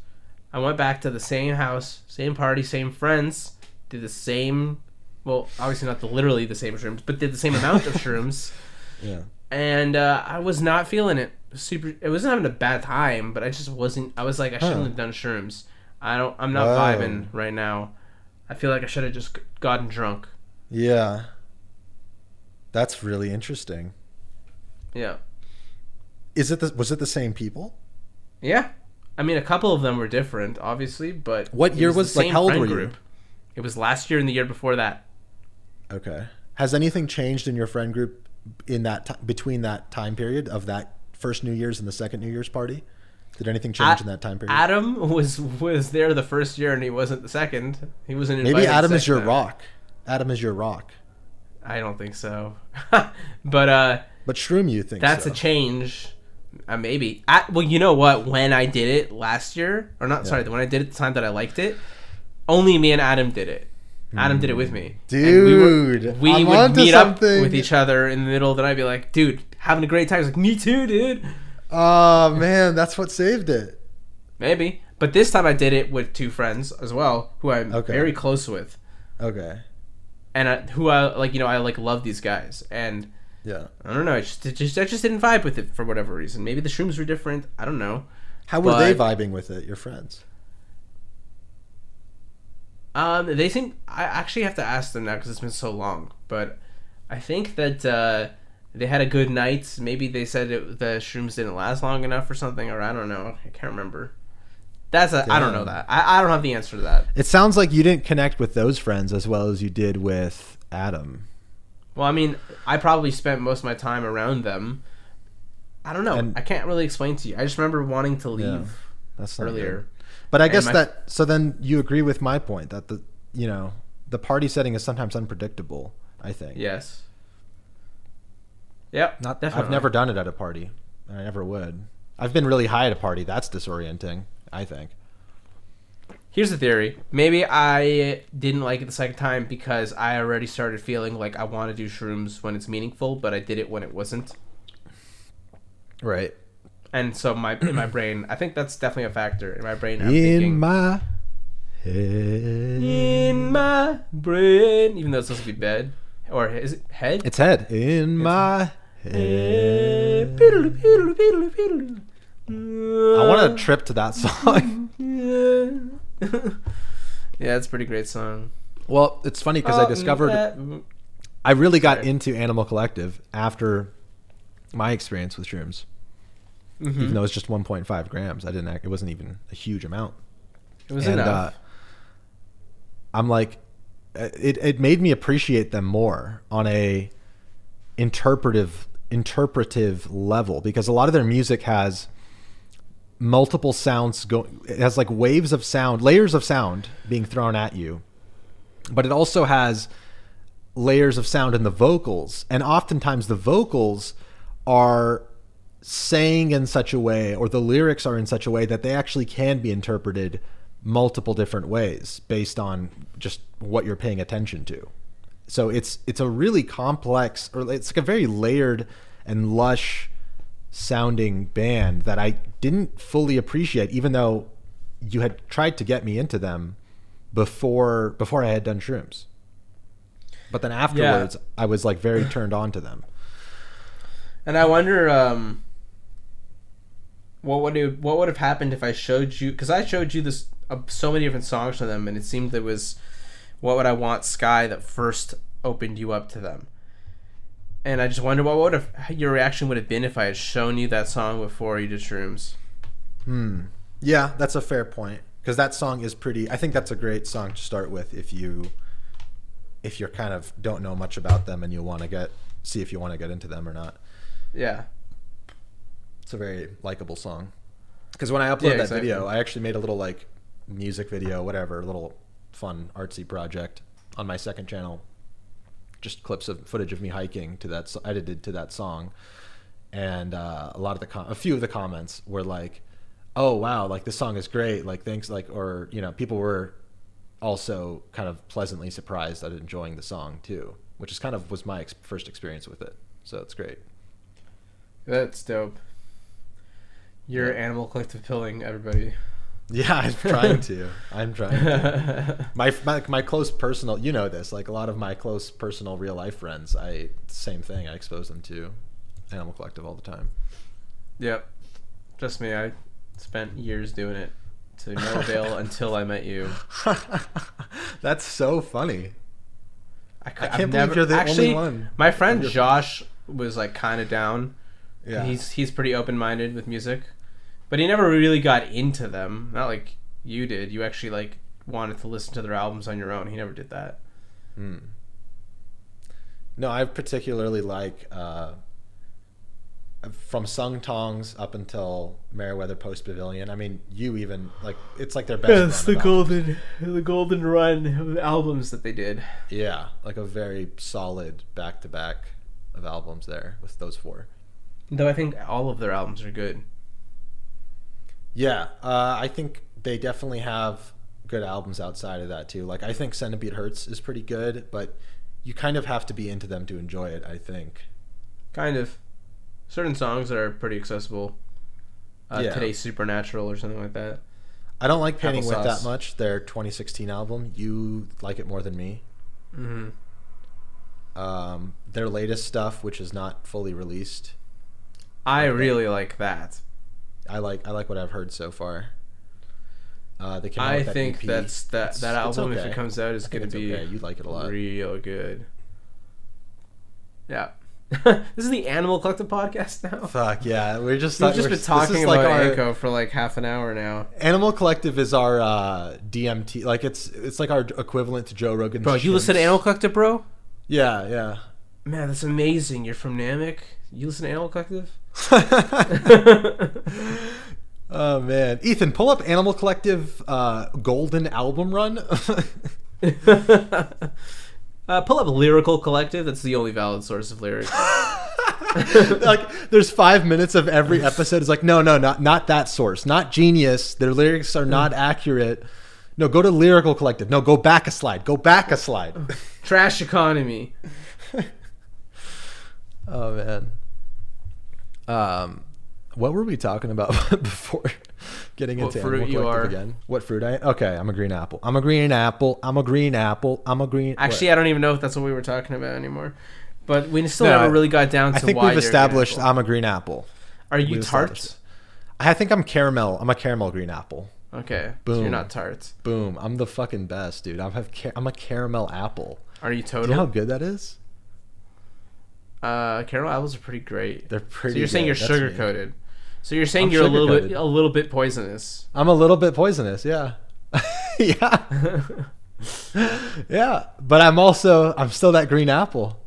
[SPEAKER 2] i went back to the same house same party same friends did the same well obviously not the literally the same shrooms but did the same amount of shrooms
[SPEAKER 1] Yeah.
[SPEAKER 2] and uh, i was not feeling it super i wasn't having a bad time but i just wasn't i was like i shouldn't
[SPEAKER 1] Huh.
[SPEAKER 2] have done shrooms i don't i'm not
[SPEAKER 1] Wow.
[SPEAKER 2] vibing right now i feel like i should have just gotten drunk
[SPEAKER 1] Yeah. That's really interesting.
[SPEAKER 2] yeah
[SPEAKER 1] Is it the, was it the same people?
[SPEAKER 2] Yeah, I mean, a couple of them were different, obviously, but
[SPEAKER 1] What
[SPEAKER 2] it
[SPEAKER 1] year
[SPEAKER 2] the
[SPEAKER 1] was- like,
[SPEAKER 2] same
[SPEAKER 1] how old
[SPEAKER 2] friend
[SPEAKER 1] were you?
[SPEAKER 2] It was last year and the year before that.
[SPEAKER 1] Okay. Has anything changed in your friend group in that ti between that time period of that first New Year's and the second New Year's party? Did anything change
[SPEAKER 2] A-
[SPEAKER 1] in that time period?
[SPEAKER 2] Adam was was there the first year and he wasn't the second. He wasn't invited.
[SPEAKER 1] Maybe Adam
[SPEAKER 2] the
[SPEAKER 1] is your
[SPEAKER 2] second time.
[SPEAKER 1] rock. Adam is your rock.
[SPEAKER 2] I don't think so, but uh,
[SPEAKER 1] But Shroom, you think
[SPEAKER 2] that's
[SPEAKER 1] so.
[SPEAKER 2] a change. Uh, maybe. I, well, you know what? When I did it last year, or not? Sorry, when I did it the time that I liked it, only me and Adam did it. Adam did it with me. And we were-
[SPEAKER 1] Dude,
[SPEAKER 2] we
[SPEAKER 1] I'm
[SPEAKER 2] would
[SPEAKER 1] onto
[SPEAKER 2] meet
[SPEAKER 1] something.
[SPEAKER 2] up with each other in the middle of the night. Be like, dude, having a great time. He's like, me too, dude.
[SPEAKER 1] Oh man, that's what saved it.
[SPEAKER 2] Maybe, but this time I did it with two friends as well, who I'm
[SPEAKER 1] Okay.
[SPEAKER 2] very close with,
[SPEAKER 1] Okay.
[SPEAKER 2] and I, who I like. You know, I like love these guys, and
[SPEAKER 1] Yeah.
[SPEAKER 2] I don't know. I just, it just I just didn't vibe with it for whatever reason. Maybe the shrooms were different. I don't know.
[SPEAKER 1] How were they
[SPEAKER 2] But-
[SPEAKER 1] vibing with it, your friends?
[SPEAKER 2] Um, they seem. I actually have to ask them now because it's been so long. But I think that uh, they had a good night. Maybe they said it, the shrooms didn't last long enough or something, or I don't know. I can't remember. That's a. I don't know
[SPEAKER 1] Damn.
[SPEAKER 2] that. I, I don't have the answer to that.
[SPEAKER 1] It sounds like you didn't connect with those friends as well as you did with Adam.
[SPEAKER 2] Well, I mean, I probably spent most of my time around them. I don't know.
[SPEAKER 1] And-
[SPEAKER 2] I can't really explain to you. I just remember wanting to leave
[SPEAKER 1] Yeah, That's not
[SPEAKER 2] earlier.
[SPEAKER 1] good. But I
[SPEAKER 2] And
[SPEAKER 1] guess
[SPEAKER 2] my-
[SPEAKER 1] that so then you agree with my point that the you know the party setting is sometimes unpredictable. I think.
[SPEAKER 2] Yes. Yep.
[SPEAKER 1] Not.
[SPEAKER 2] definitely.
[SPEAKER 1] I've never done it at a party, and I never would. I've been really high at a party. That's disorienting. I think.
[SPEAKER 2] Here's the theory. Maybe I didn't like it the second time because I already started feeling like I want to do shrooms when it's meaningful, but I did it when it wasn't.
[SPEAKER 1] Right.
[SPEAKER 2] And so my in my brain, I think that's definitely a factor in my brain. I'm
[SPEAKER 1] In
[SPEAKER 2] thinking,
[SPEAKER 1] my head.
[SPEAKER 2] in my brain, even though it's supposed to be bed or is it head?
[SPEAKER 1] It's head. In my
[SPEAKER 2] Eh,
[SPEAKER 1] head.
[SPEAKER 2] peedaloo, peedaloo, peedaloo, peedaloo.
[SPEAKER 1] I want a trip to that song.
[SPEAKER 2] yeah, it's a pretty great song.
[SPEAKER 1] well, it's funny
[SPEAKER 2] Oh,
[SPEAKER 1] because I discovered I really got into Animal Collective after my experience with shrooms. Even though it's just 1.5 grams, I didn't. Act, it wasn't even a huge amount.
[SPEAKER 2] it was
[SPEAKER 1] and
[SPEAKER 2] enough.
[SPEAKER 1] Uh, I'm like, uh, it it made me appreciate them more on a interpretive interpretive level because a lot of their music has multiple sounds go it has like waves of sound layers of sound being thrown at you but it also has layers of sound in the vocals and oftentimes the vocals are saying in such a way or the lyrics are in such a way that they actually can be interpreted multiple different ways based on just what you're paying attention to. So it's it's a really complex or it's like a very layered and lush sounding band that I didn't fully appreciate even though you had tried to get me into them before before I had done shrooms. But then afterwards I was like very turned on to them.
[SPEAKER 2] And I wonder um, what would it, what would have happened if I showed you because I showed you this uh, so many different songs to them, and it seemed there was what would I want Sky that first opened you up to them. And I just wonder what would have your reaction would have been if I had shown you that song before you did shrooms.
[SPEAKER 1] Yeah, that's a fair point because that song is pretty. I think that's a great song to start with if you if you're kind of don't know much about them and you want to get see if you want to get into them or not.
[SPEAKER 2] Yeah.
[SPEAKER 1] It's a very likable song. Because when I uploaded that
[SPEAKER 2] exactly.
[SPEAKER 1] video, I actually made a little like music video, whatever, little fun artsy project on my second channel. Just clips of footage of me hiking to that, so- edited to that song, and uh, a lot of the com- a few of the comments were like, "Oh wow, like this song is great, like thanks, like or you know people were also kind of pleasantly surprised at enjoying the song too, which is kind of was my ex- first experience with it, so it's great.
[SPEAKER 2] That's dope. You're animal collective pilling everybody.
[SPEAKER 1] Yeah, I'm trying to. I'm trying. To. my, my my close personal you know this like a lot of my close personal real life friends i same thing i expose them to animal collective all the time
[SPEAKER 2] yep. Trust me, I spent years doing it to no avail until I met you.
[SPEAKER 1] that's so funny
[SPEAKER 2] I,
[SPEAKER 1] can't believe you're the only one.
[SPEAKER 2] My friend
[SPEAKER 1] Wonderful.
[SPEAKER 2] Josh was like kind of down.
[SPEAKER 1] yeah
[SPEAKER 2] He's he's pretty open minded with music, but he never really got into them. Not like you did. You actually like wanted to listen to their albums on your own. He never did that.
[SPEAKER 1] no i particularly like uh from Sung Tongs up until Meriwether Post Pavilion. I mean, you even like it's like their best. run of albums.
[SPEAKER 2] golden the golden run of albums that they did.
[SPEAKER 1] Yeah, like a very solid back to back of albums there with those four.
[SPEAKER 2] Though I think all of their albums are good.
[SPEAKER 1] Yeah, uh, I think they definitely have good albums outside of that too. Like I think Centipede Hurts is pretty good, but you kind of have to be into them to enjoy it. I think.
[SPEAKER 2] Kind of. Certain songs are pretty accessible. Uh,
[SPEAKER 1] Yeah.
[SPEAKER 2] Today's Supernatural or something like that.
[SPEAKER 1] I don't like Painting With
[SPEAKER 2] Applesauce.
[SPEAKER 1] that much. Their 2016 album. You like it more than me.
[SPEAKER 2] Mm-hmm.
[SPEAKER 1] Um, their latest stuff, which is not fully released,
[SPEAKER 2] I really like that.
[SPEAKER 1] I like. I like what I've heard so far. Uh, they came out
[SPEAKER 2] I
[SPEAKER 1] with that
[SPEAKER 2] think
[SPEAKER 1] EP.
[SPEAKER 2] that's that
[SPEAKER 1] It's-
[SPEAKER 2] that
[SPEAKER 1] it's
[SPEAKER 2] album if
[SPEAKER 1] okay.
[SPEAKER 2] it comes out is
[SPEAKER 1] I think
[SPEAKER 2] going
[SPEAKER 1] it's
[SPEAKER 2] to be
[SPEAKER 1] okay. You like it a lot.
[SPEAKER 2] real good. Yeah. this is the Animal Collective podcast now.
[SPEAKER 1] Fuck yeah! We're just
[SPEAKER 2] We've
[SPEAKER 1] we're-
[SPEAKER 2] just been
[SPEAKER 1] this is
[SPEAKER 2] talking about
[SPEAKER 1] like our-
[SPEAKER 2] Anko for like half an hour now.
[SPEAKER 1] Animal Collective is our uh, DMT. Like it's it's like our equivalent to Joe Rogan's.
[SPEAKER 2] Bro, you listen to
[SPEAKER 1] Shins.
[SPEAKER 2] Animal Collective, bro?
[SPEAKER 1] Yeah, yeah.
[SPEAKER 2] Man, that's amazing. You're from Namek. You listen to Animal Collective?
[SPEAKER 1] oh man, Ethan, pull up Animal Collective uh, Golden album run.
[SPEAKER 2] uh, pull up Lyrical Collective. That's the only valid source of lyrics.
[SPEAKER 1] like there's five minutes of every episode. It's like no, no, not not that source, not Genius. Their lyrics are
[SPEAKER 2] Mm.
[SPEAKER 1] not accurate. No, go to Lyrical Collective. No, go back a slide. Go back a slide.
[SPEAKER 2] Trash economy.
[SPEAKER 1] Oh man. Um, what were we talking about before getting
[SPEAKER 2] What
[SPEAKER 1] into
[SPEAKER 2] fruit
[SPEAKER 1] Animal
[SPEAKER 2] you
[SPEAKER 1] Collective
[SPEAKER 2] are.
[SPEAKER 1] again? What fruit I? Okay, I'm a green apple. I'm a green apple. I'm a green apple. I'm a green.
[SPEAKER 2] Actually, I don't even know if that's what we were talking about anymore. But we still
[SPEAKER 1] No,
[SPEAKER 2] never really got down to
[SPEAKER 1] I think
[SPEAKER 2] why
[SPEAKER 1] we've
[SPEAKER 2] you're an
[SPEAKER 1] established
[SPEAKER 2] animal.
[SPEAKER 1] I'm a green apple.
[SPEAKER 2] Are you
[SPEAKER 1] We've
[SPEAKER 2] tart?
[SPEAKER 1] established it. I think I'm caramel. I'm a caramel green apple.
[SPEAKER 2] Okay. So you're
[SPEAKER 1] Boom.
[SPEAKER 2] not tart.
[SPEAKER 1] Boom! I'm the fucking best, dude. I'm have ca- I'm a caramel apple.
[SPEAKER 2] Are you
[SPEAKER 1] Do you know
[SPEAKER 2] total?
[SPEAKER 1] how good that is?
[SPEAKER 2] Uh, caramel apples are pretty great.
[SPEAKER 1] They're pretty.
[SPEAKER 2] so you're saying
[SPEAKER 1] good.
[SPEAKER 2] you're
[SPEAKER 1] That's
[SPEAKER 2] sugar
[SPEAKER 1] me.
[SPEAKER 2] coated. So you're saying
[SPEAKER 1] I'm
[SPEAKER 2] you're a little bit
[SPEAKER 1] sugar-coated.
[SPEAKER 2] a little bit poisonous.
[SPEAKER 1] I'm a little bit poisonous, yeah. yeah. yeah, but I'm also I'm still that green apple.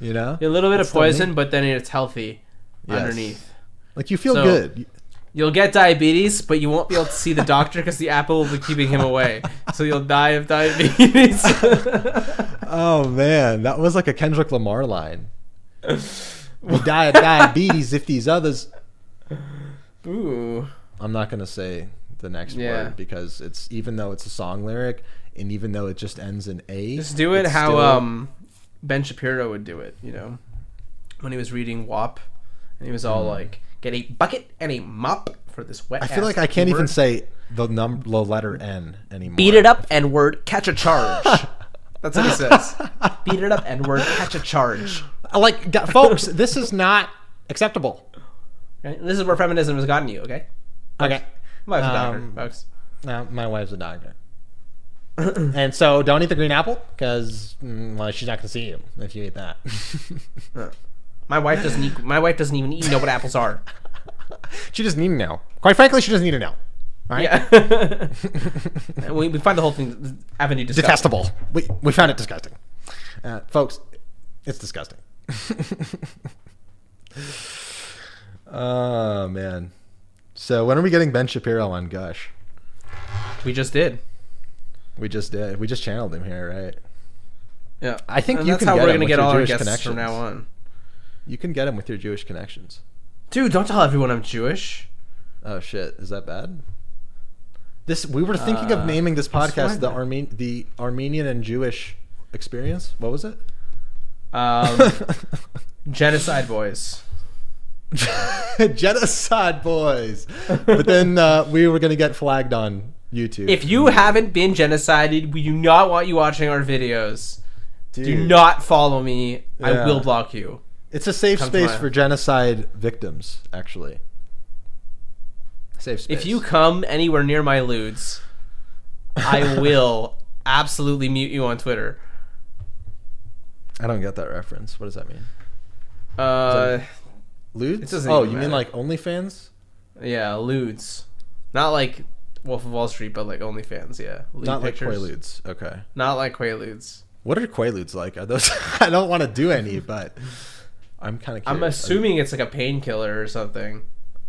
[SPEAKER 1] You know?
[SPEAKER 2] A little bit
[SPEAKER 1] That's
[SPEAKER 2] of
[SPEAKER 1] still me.
[SPEAKER 2] poison, but then it's healthy
[SPEAKER 1] Yes.
[SPEAKER 2] underneath.
[SPEAKER 1] Like you feel
[SPEAKER 2] So-
[SPEAKER 1] good.
[SPEAKER 2] You'll get diabetes, but you won't be able to see the doctor because the apple will be keeping him away. So you'll die of diabetes.
[SPEAKER 1] Oh man, that was like a Kendrick Lamar line. We die of diabetes if these others
[SPEAKER 2] Ooh.
[SPEAKER 1] I'm not going to say the next
[SPEAKER 2] Yeah.
[SPEAKER 1] word because it's even though it's a song lyric and even though it just ends in a.
[SPEAKER 2] Just do it
[SPEAKER 1] it's
[SPEAKER 2] how
[SPEAKER 1] still-
[SPEAKER 2] um, Ben Shapiro would do it, you know, when he was reading WAP, and he was all like, "Get a bucket and a mop for this wet."
[SPEAKER 1] Mm. I feel like I can't even say the num the letter N anymore.
[SPEAKER 2] Beat it up and word catch a charge. That's what he says. Beat it up and word catch a charge.
[SPEAKER 1] Like g- folks, this is not acceptable.
[SPEAKER 2] Right? This is where feminism has gotten you. Okay,
[SPEAKER 1] Okay.
[SPEAKER 2] my wife's a
[SPEAKER 1] Um,
[SPEAKER 2] doctor, folks.
[SPEAKER 1] Now, my wife's a doctor. and so don't eat the green apple because well, she's not going to see you if you eat that.
[SPEAKER 2] My wife doesn't. Eat, my wife doesn't even even know what apples are.
[SPEAKER 1] she doesn't need to know. Quite frankly, she doesn't need to know. All right?
[SPEAKER 2] Yeah. And we, we find the whole thing avenue disgusting.
[SPEAKER 1] Detestable. We, we found it disgusting. Uh, folks, it's disgusting. oh, man. So when are we getting Ben Shapiro on Gush?
[SPEAKER 2] We just did.
[SPEAKER 1] We just did. We just channeled him here, right?
[SPEAKER 2] Yeah.
[SPEAKER 1] I think
[SPEAKER 2] and
[SPEAKER 1] you
[SPEAKER 2] that's
[SPEAKER 1] can
[SPEAKER 2] how
[SPEAKER 1] get
[SPEAKER 2] we're
[SPEAKER 1] him
[SPEAKER 2] gonna
[SPEAKER 1] with
[SPEAKER 2] get
[SPEAKER 1] your
[SPEAKER 2] all our
[SPEAKER 1] Jewish
[SPEAKER 2] guests from
[SPEAKER 1] connections.
[SPEAKER 2] now on.
[SPEAKER 1] You can get him with your Jewish connections.
[SPEAKER 2] Dude, don't tell everyone I'm Jewish.
[SPEAKER 1] Oh shit, is that bad? This we were thinking
[SPEAKER 2] Uh,
[SPEAKER 1] of naming this podcast the Arme- the Armenian and Jewish experience. What was it?
[SPEAKER 2] Um, genocide boys.
[SPEAKER 1] Genocide boys. But then uh, we were gonna get flagged on YouTube.
[SPEAKER 2] If you haven't been genocided, we do not want you watching our videos. Do
[SPEAKER 1] Dude,
[SPEAKER 2] not follow me. I
[SPEAKER 1] Yeah.
[SPEAKER 2] will block you.
[SPEAKER 1] It's a safe
[SPEAKER 2] to
[SPEAKER 1] space
[SPEAKER 2] my-
[SPEAKER 1] for genocide victims, actually. Safe space.
[SPEAKER 2] If you come anywhere near my lewds, I will absolutely mute you on Twitter.
[SPEAKER 1] I don't get that reference. What does that mean?
[SPEAKER 2] Uh,
[SPEAKER 1] Lewd?
[SPEAKER 2] doesn't
[SPEAKER 1] Oh,
[SPEAKER 2] even
[SPEAKER 1] you mean
[SPEAKER 2] matter.
[SPEAKER 1] like OnlyFans?
[SPEAKER 2] Yeah, lewds. Not like Wolf of Wall Street, but like OnlyFans. Yeah, lewd
[SPEAKER 1] Not like
[SPEAKER 2] pictures.
[SPEAKER 1] Quaaludes. Okay.
[SPEAKER 2] Not like Quaaludes.
[SPEAKER 1] What are Quaaludes like? Are those? I don't want to do any, but I'm kind of.
[SPEAKER 2] I'm assuming it's like a painkiller or something.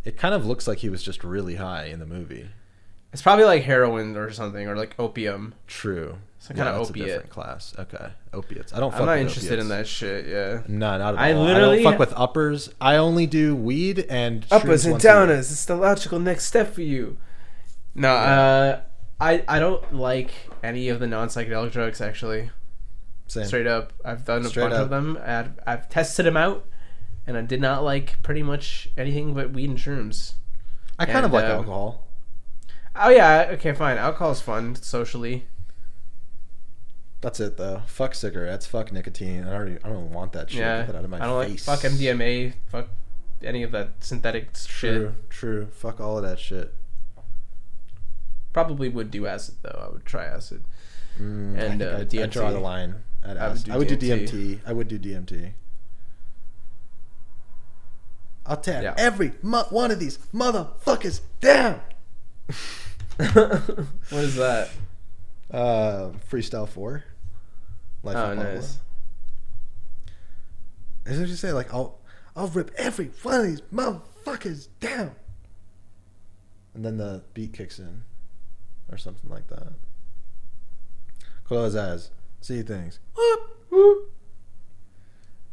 [SPEAKER 1] it kind of looks like he was just really high in the movie.
[SPEAKER 2] It's probably like heroin or something, or like opium.
[SPEAKER 1] True.
[SPEAKER 2] Some kind of
[SPEAKER 1] that's
[SPEAKER 2] opiate.
[SPEAKER 1] A different class. Okay. Opiates. I don't. Fuck
[SPEAKER 2] I'm not
[SPEAKER 1] with
[SPEAKER 2] interested in
[SPEAKER 1] opiates.
[SPEAKER 2] that shit. Yeah.
[SPEAKER 1] No, not at all. I
[SPEAKER 2] I
[SPEAKER 1] literally
[SPEAKER 2] literally-
[SPEAKER 1] don't fuck with uppers. I only do weed and shrooms once a year.
[SPEAKER 2] It's the logical next step for you. No, uh, I I don't like any of the non psychedelic drugs. Actually,
[SPEAKER 1] Same.
[SPEAKER 2] straight up, I've done a
[SPEAKER 1] Straight
[SPEAKER 2] bunch
[SPEAKER 1] up.
[SPEAKER 2] of them. I've, I've tested them out, and I did not like pretty much anything but weed and shrooms.
[SPEAKER 1] I kind of
[SPEAKER 2] and,
[SPEAKER 1] like
[SPEAKER 2] uh,
[SPEAKER 1] alcohol.
[SPEAKER 2] Oh yeah, okay, fine. Alcohol's fun socially.
[SPEAKER 1] That's it though. Fuck cigarettes. Fuck nicotine. I already. I don't want that shit.
[SPEAKER 2] yeah,
[SPEAKER 1] Get that out of my
[SPEAKER 2] I don't
[SPEAKER 1] face.
[SPEAKER 2] like fuck MDMA, fuck any of that synthetic shit.
[SPEAKER 1] True. True. Fuck all of that shit.
[SPEAKER 2] Probably would do acid though. I would try acid.
[SPEAKER 1] Mm, I
[SPEAKER 2] And,
[SPEAKER 1] think
[SPEAKER 2] uh,
[SPEAKER 1] I'd- I'd draw
[SPEAKER 2] DMT.
[SPEAKER 1] the line. At
[SPEAKER 2] I would
[SPEAKER 1] acid.
[SPEAKER 2] do
[SPEAKER 1] I would do
[SPEAKER 2] DMT.
[SPEAKER 1] DMT. I would do DMT. I'll tear
[SPEAKER 2] Yeah.
[SPEAKER 1] every mo- one of these motherfuckers down.
[SPEAKER 2] What is that?
[SPEAKER 1] Uh, freestyle four. Life
[SPEAKER 2] Oh,
[SPEAKER 1] of Pablo.
[SPEAKER 2] nice.
[SPEAKER 1] Is it what you say? Like I'll, I'll rip every one of these motherfuckers down. And then the beat kicks in, or something like that. Close eyes, see things.
[SPEAKER 2] Whoop, whoop.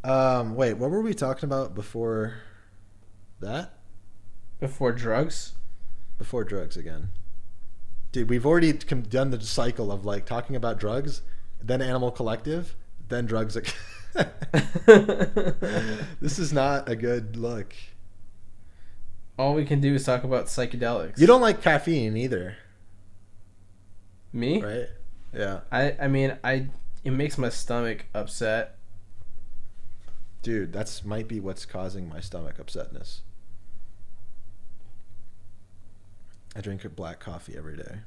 [SPEAKER 1] Um, wait, what were we talking about before that?
[SPEAKER 2] Before drugs.
[SPEAKER 1] Before drugs again. Dude, we've already com- done the cycle of like talking about drugs, then Animal Collective, then drugs again. this is not a good look.
[SPEAKER 2] All we can do is talk about psychedelics.
[SPEAKER 1] You don't like caffeine either,
[SPEAKER 2] me?
[SPEAKER 1] right? Yeah.
[SPEAKER 2] I I mean I it makes my stomach upset.
[SPEAKER 1] Dude, that's might be what's causing my stomach upsetness. I drink a black coffee every day.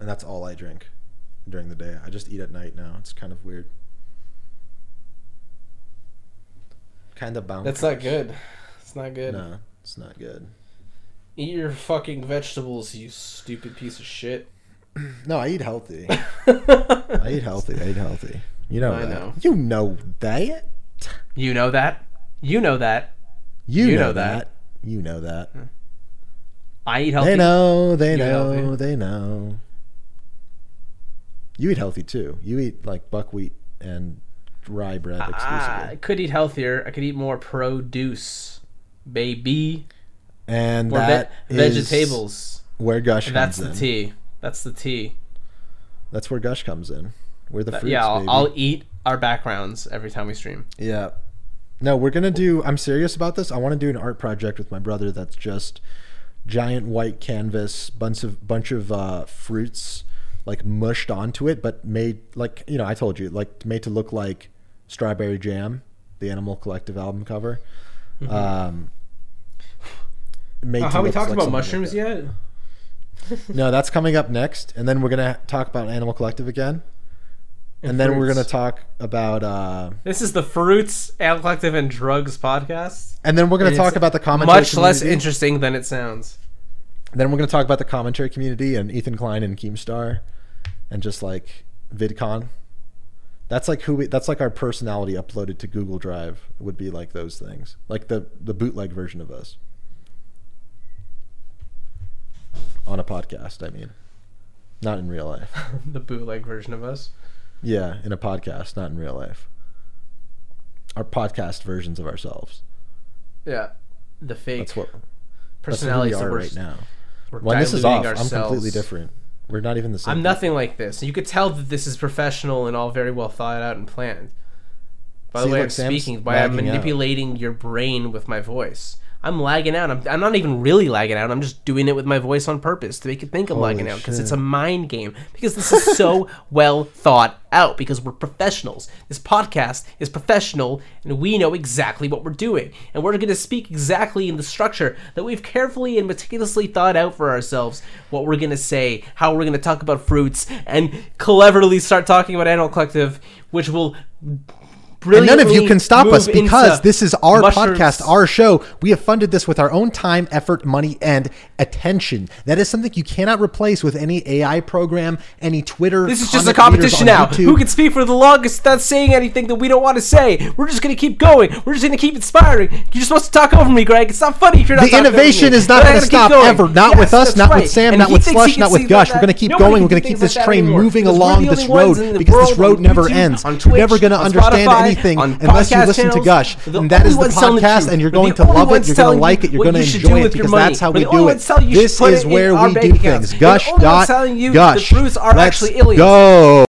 [SPEAKER 1] And that's all I drink during the day. I just eat at night now. It's kind of weird. Kind of bound.
[SPEAKER 2] That's not good. It's not good.
[SPEAKER 1] Oh, No, it's not good.
[SPEAKER 2] Eat your fucking vegetables, you stupid piece of shit.
[SPEAKER 1] No, I eat healthy. I
[SPEAKER 2] I
[SPEAKER 1] eat healthy. I eat healthy. You know
[SPEAKER 2] I
[SPEAKER 1] that.
[SPEAKER 2] know.
[SPEAKER 1] You know that.
[SPEAKER 2] You know that. You know that.
[SPEAKER 1] You,
[SPEAKER 2] You
[SPEAKER 1] know,
[SPEAKER 2] know that.
[SPEAKER 1] that. You know that.
[SPEAKER 2] I eat healthy.
[SPEAKER 1] They know, they
[SPEAKER 2] You eat
[SPEAKER 1] know,
[SPEAKER 2] healthy.
[SPEAKER 1] they know. You eat healthy too. You eat like buckwheat and rye bread exclusively.
[SPEAKER 2] Ah, I could eat healthier. I could eat more produce, baby.
[SPEAKER 1] and
[SPEAKER 2] Or
[SPEAKER 1] that
[SPEAKER 2] ve-
[SPEAKER 1] is
[SPEAKER 2] vegetables.
[SPEAKER 1] where Gush
[SPEAKER 2] That's
[SPEAKER 1] comes
[SPEAKER 2] the
[SPEAKER 1] in.
[SPEAKER 2] T. That's the T.
[SPEAKER 1] That's where Gush comes in. We're the fruits,
[SPEAKER 2] yeah,
[SPEAKER 1] baby.
[SPEAKER 2] I'll, I'll eat our backgrounds every time we stream.
[SPEAKER 1] Yeah. No, we're gonna do. I'm serious about this. I want to do an art project with my brother that's just giant white canvas, bunch of bunch of uh, fruits like mushed onto it, but made like you know I told you like made to look like strawberry jam, the Animal Collective album cover.
[SPEAKER 2] Mm-hmm.
[SPEAKER 1] Um, made
[SPEAKER 2] Uh,
[SPEAKER 1] to
[SPEAKER 2] have we
[SPEAKER 1] look
[SPEAKER 2] talked
[SPEAKER 1] like
[SPEAKER 2] about
[SPEAKER 1] something like
[SPEAKER 2] mushrooms
[SPEAKER 1] that.
[SPEAKER 2] yet?
[SPEAKER 1] No, that's coming up next, and then we're gonna talk about Animal Collective again, and, then we're
[SPEAKER 2] fruits.
[SPEAKER 1] gonna talk about. Uh,
[SPEAKER 2] This is the Fruits, Animal Collective, and Drugs podcast.
[SPEAKER 1] and then we're going to
[SPEAKER 2] It's
[SPEAKER 1] talk about the commentary.
[SPEAKER 2] Much less
[SPEAKER 1] community.
[SPEAKER 2] interesting than it sounds.
[SPEAKER 1] Then we're going to talk about the commentary community and Ethan Klein and Keemstar, and just like VidCon. That's like who we. That's like our personality uploaded to Google Drive would be like those things, like the the bootleg version of us on a podcast. I mean, not in real life.
[SPEAKER 2] the bootleg version of us.
[SPEAKER 1] Yeah, in a podcast, not in real life. Our podcast versions of ourselves.
[SPEAKER 2] Yeah. The fake
[SPEAKER 1] That's what that's who
[SPEAKER 2] personalities
[SPEAKER 1] we
[SPEAKER 2] that
[SPEAKER 1] are
[SPEAKER 2] we're,
[SPEAKER 1] right now.
[SPEAKER 2] we're
[SPEAKER 1] When this is off,
[SPEAKER 2] diluting ourselves.
[SPEAKER 1] I'm completely different. We're not even the same.
[SPEAKER 2] I'm nothing like this. You could tell that this is professional and all very well thought out and planned. By the
[SPEAKER 1] See,
[SPEAKER 2] way,
[SPEAKER 1] look,
[SPEAKER 2] I'm
[SPEAKER 1] Sam's
[SPEAKER 2] speaking by I'm
[SPEAKER 1] lagging out.
[SPEAKER 2] manipulating your brain with my voice. I'm lagging out. I'm, I'm not even really lagging out. I'm just doing it with my voice on purpose to make you think I'm
[SPEAKER 1] Holy
[SPEAKER 2] lagging out because
[SPEAKER 1] shit.
[SPEAKER 2] it's a mind game. Because this is so well thought out because we're professionals. This podcast is professional and we know exactly what we're doing. And we're going to speak exactly in the structure that we've carefully and meticulously thought out for ourselves what we're going to say, how we're going to talk about fruits, and cleverly start talking about Animal Collective, which will.
[SPEAKER 1] and none of you
[SPEAKER 2] brilliantly
[SPEAKER 1] can stop us
[SPEAKER 2] move into
[SPEAKER 1] because this is our
[SPEAKER 2] mushrooms.
[SPEAKER 1] podcast, our show. We have funded this with our own time, effort, money, and attention. That is something you cannot replace with any AI program, any Twitter.
[SPEAKER 2] This is just a
[SPEAKER 1] comment leaders
[SPEAKER 2] competition
[SPEAKER 1] on
[SPEAKER 2] now.
[SPEAKER 1] YouTube.
[SPEAKER 2] Who can speak for the longest without saying anything that we don't want to say? We're just gonna keep going. We're just gonna keep inspiring. You're supposed to talk over me, Greg. It's not funny if you're not.
[SPEAKER 1] The
[SPEAKER 2] talking over
[SPEAKER 1] innovation
[SPEAKER 2] me.
[SPEAKER 1] is not
[SPEAKER 2] But I
[SPEAKER 1] going to
[SPEAKER 2] gotta keep
[SPEAKER 1] stop
[SPEAKER 2] going.
[SPEAKER 1] ever. Not
[SPEAKER 2] Yes,
[SPEAKER 1] with us,
[SPEAKER 2] that's
[SPEAKER 1] not
[SPEAKER 2] right.
[SPEAKER 1] with Sam,
[SPEAKER 2] And
[SPEAKER 1] not
[SPEAKER 2] he
[SPEAKER 1] with
[SPEAKER 2] thinks he
[SPEAKER 1] Slush,
[SPEAKER 2] can
[SPEAKER 1] not with
[SPEAKER 2] sing like
[SPEAKER 1] Gush. We're
[SPEAKER 2] that.
[SPEAKER 1] going to keep
[SPEAKER 2] Nobody
[SPEAKER 1] going.
[SPEAKER 2] can
[SPEAKER 1] We're going
[SPEAKER 2] do
[SPEAKER 1] to keep
[SPEAKER 2] things
[SPEAKER 1] this
[SPEAKER 2] like that
[SPEAKER 1] train
[SPEAKER 2] anymore.
[SPEAKER 1] moving
[SPEAKER 2] Because we're
[SPEAKER 1] along
[SPEAKER 2] the
[SPEAKER 1] this
[SPEAKER 2] only ones
[SPEAKER 1] road
[SPEAKER 2] in the
[SPEAKER 1] because this
[SPEAKER 2] world
[SPEAKER 1] road
[SPEAKER 2] on
[SPEAKER 1] never
[SPEAKER 2] YouTube,
[SPEAKER 1] ends.
[SPEAKER 2] on
[SPEAKER 1] You're never
[SPEAKER 2] Twitch,
[SPEAKER 1] going to
[SPEAKER 2] on
[SPEAKER 1] understand
[SPEAKER 2] Spotify,
[SPEAKER 1] anything
[SPEAKER 2] on
[SPEAKER 1] unless you
[SPEAKER 2] podcast
[SPEAKER 1] listen to
[SPEAKER 2] channels.
[SPEAKER 1] Gush.
[SPEAKER 2] We're the
[SPEAKER 1] And that
[SPEAKER 2] only
[SPEAKER 1] is the
[SPEAKER 2] ones telling the
[SPEAKER 1] podcast,
[SPEAKER 2] truth.
[SPEAKER 1] and you're
[SPEAKER 2] We're
[SPEAKER 1] going
[SPEAKER 2] the
[SPEAKER 1] to
[SPEAKER 2] only
[SPEAKER 1] love it.
[SPEAKER 2] ones
[SPEAKER 1] You're going
[SPEAKER 2] telling
[SPEAKER 1] to like it. You're
[SPEAKER 2] what
[SPEAKER 1] going to
[SPEAKER 2] you should do
[SPEAKER 1] enjoy it
[SPEAKER 2] with your
[SPEAKER 1] because
[SPEAKER 2] money.
[SPEAKER 1] that's how
[SPEAKER 2] We're
[SPEAKER 1] we
[SPEAKER 2] the only
[SPEAKER 1] do it.
[SPEAKER 2] ones telling you should
[SPEAKER 1] This
[SPEAKER 2] put
[SPEAKER 1] is
[SPEAKER 2] it in
[SPEAKER 1] where
[SPEAKER 2] our
[SPEAKER 1] we
[SPEAKER 2] bank
[SPEAKER 1] do
[SPEAKER 2] accounts.
[SPEAKER 1] things.
[SPEAKER 2] We're the
[SPEAKER 1] Gush
[SPEAKER 2] only ones
[SPEAKER 1] dot
[SPEAKER 2] telling you the
[SPEAKER 1] Gush.
[SPEAKER 2] fruits are
[SPEAKER 1] Let's
[SPEAKER 2] actually aliens.
[SPEAKER 1] go.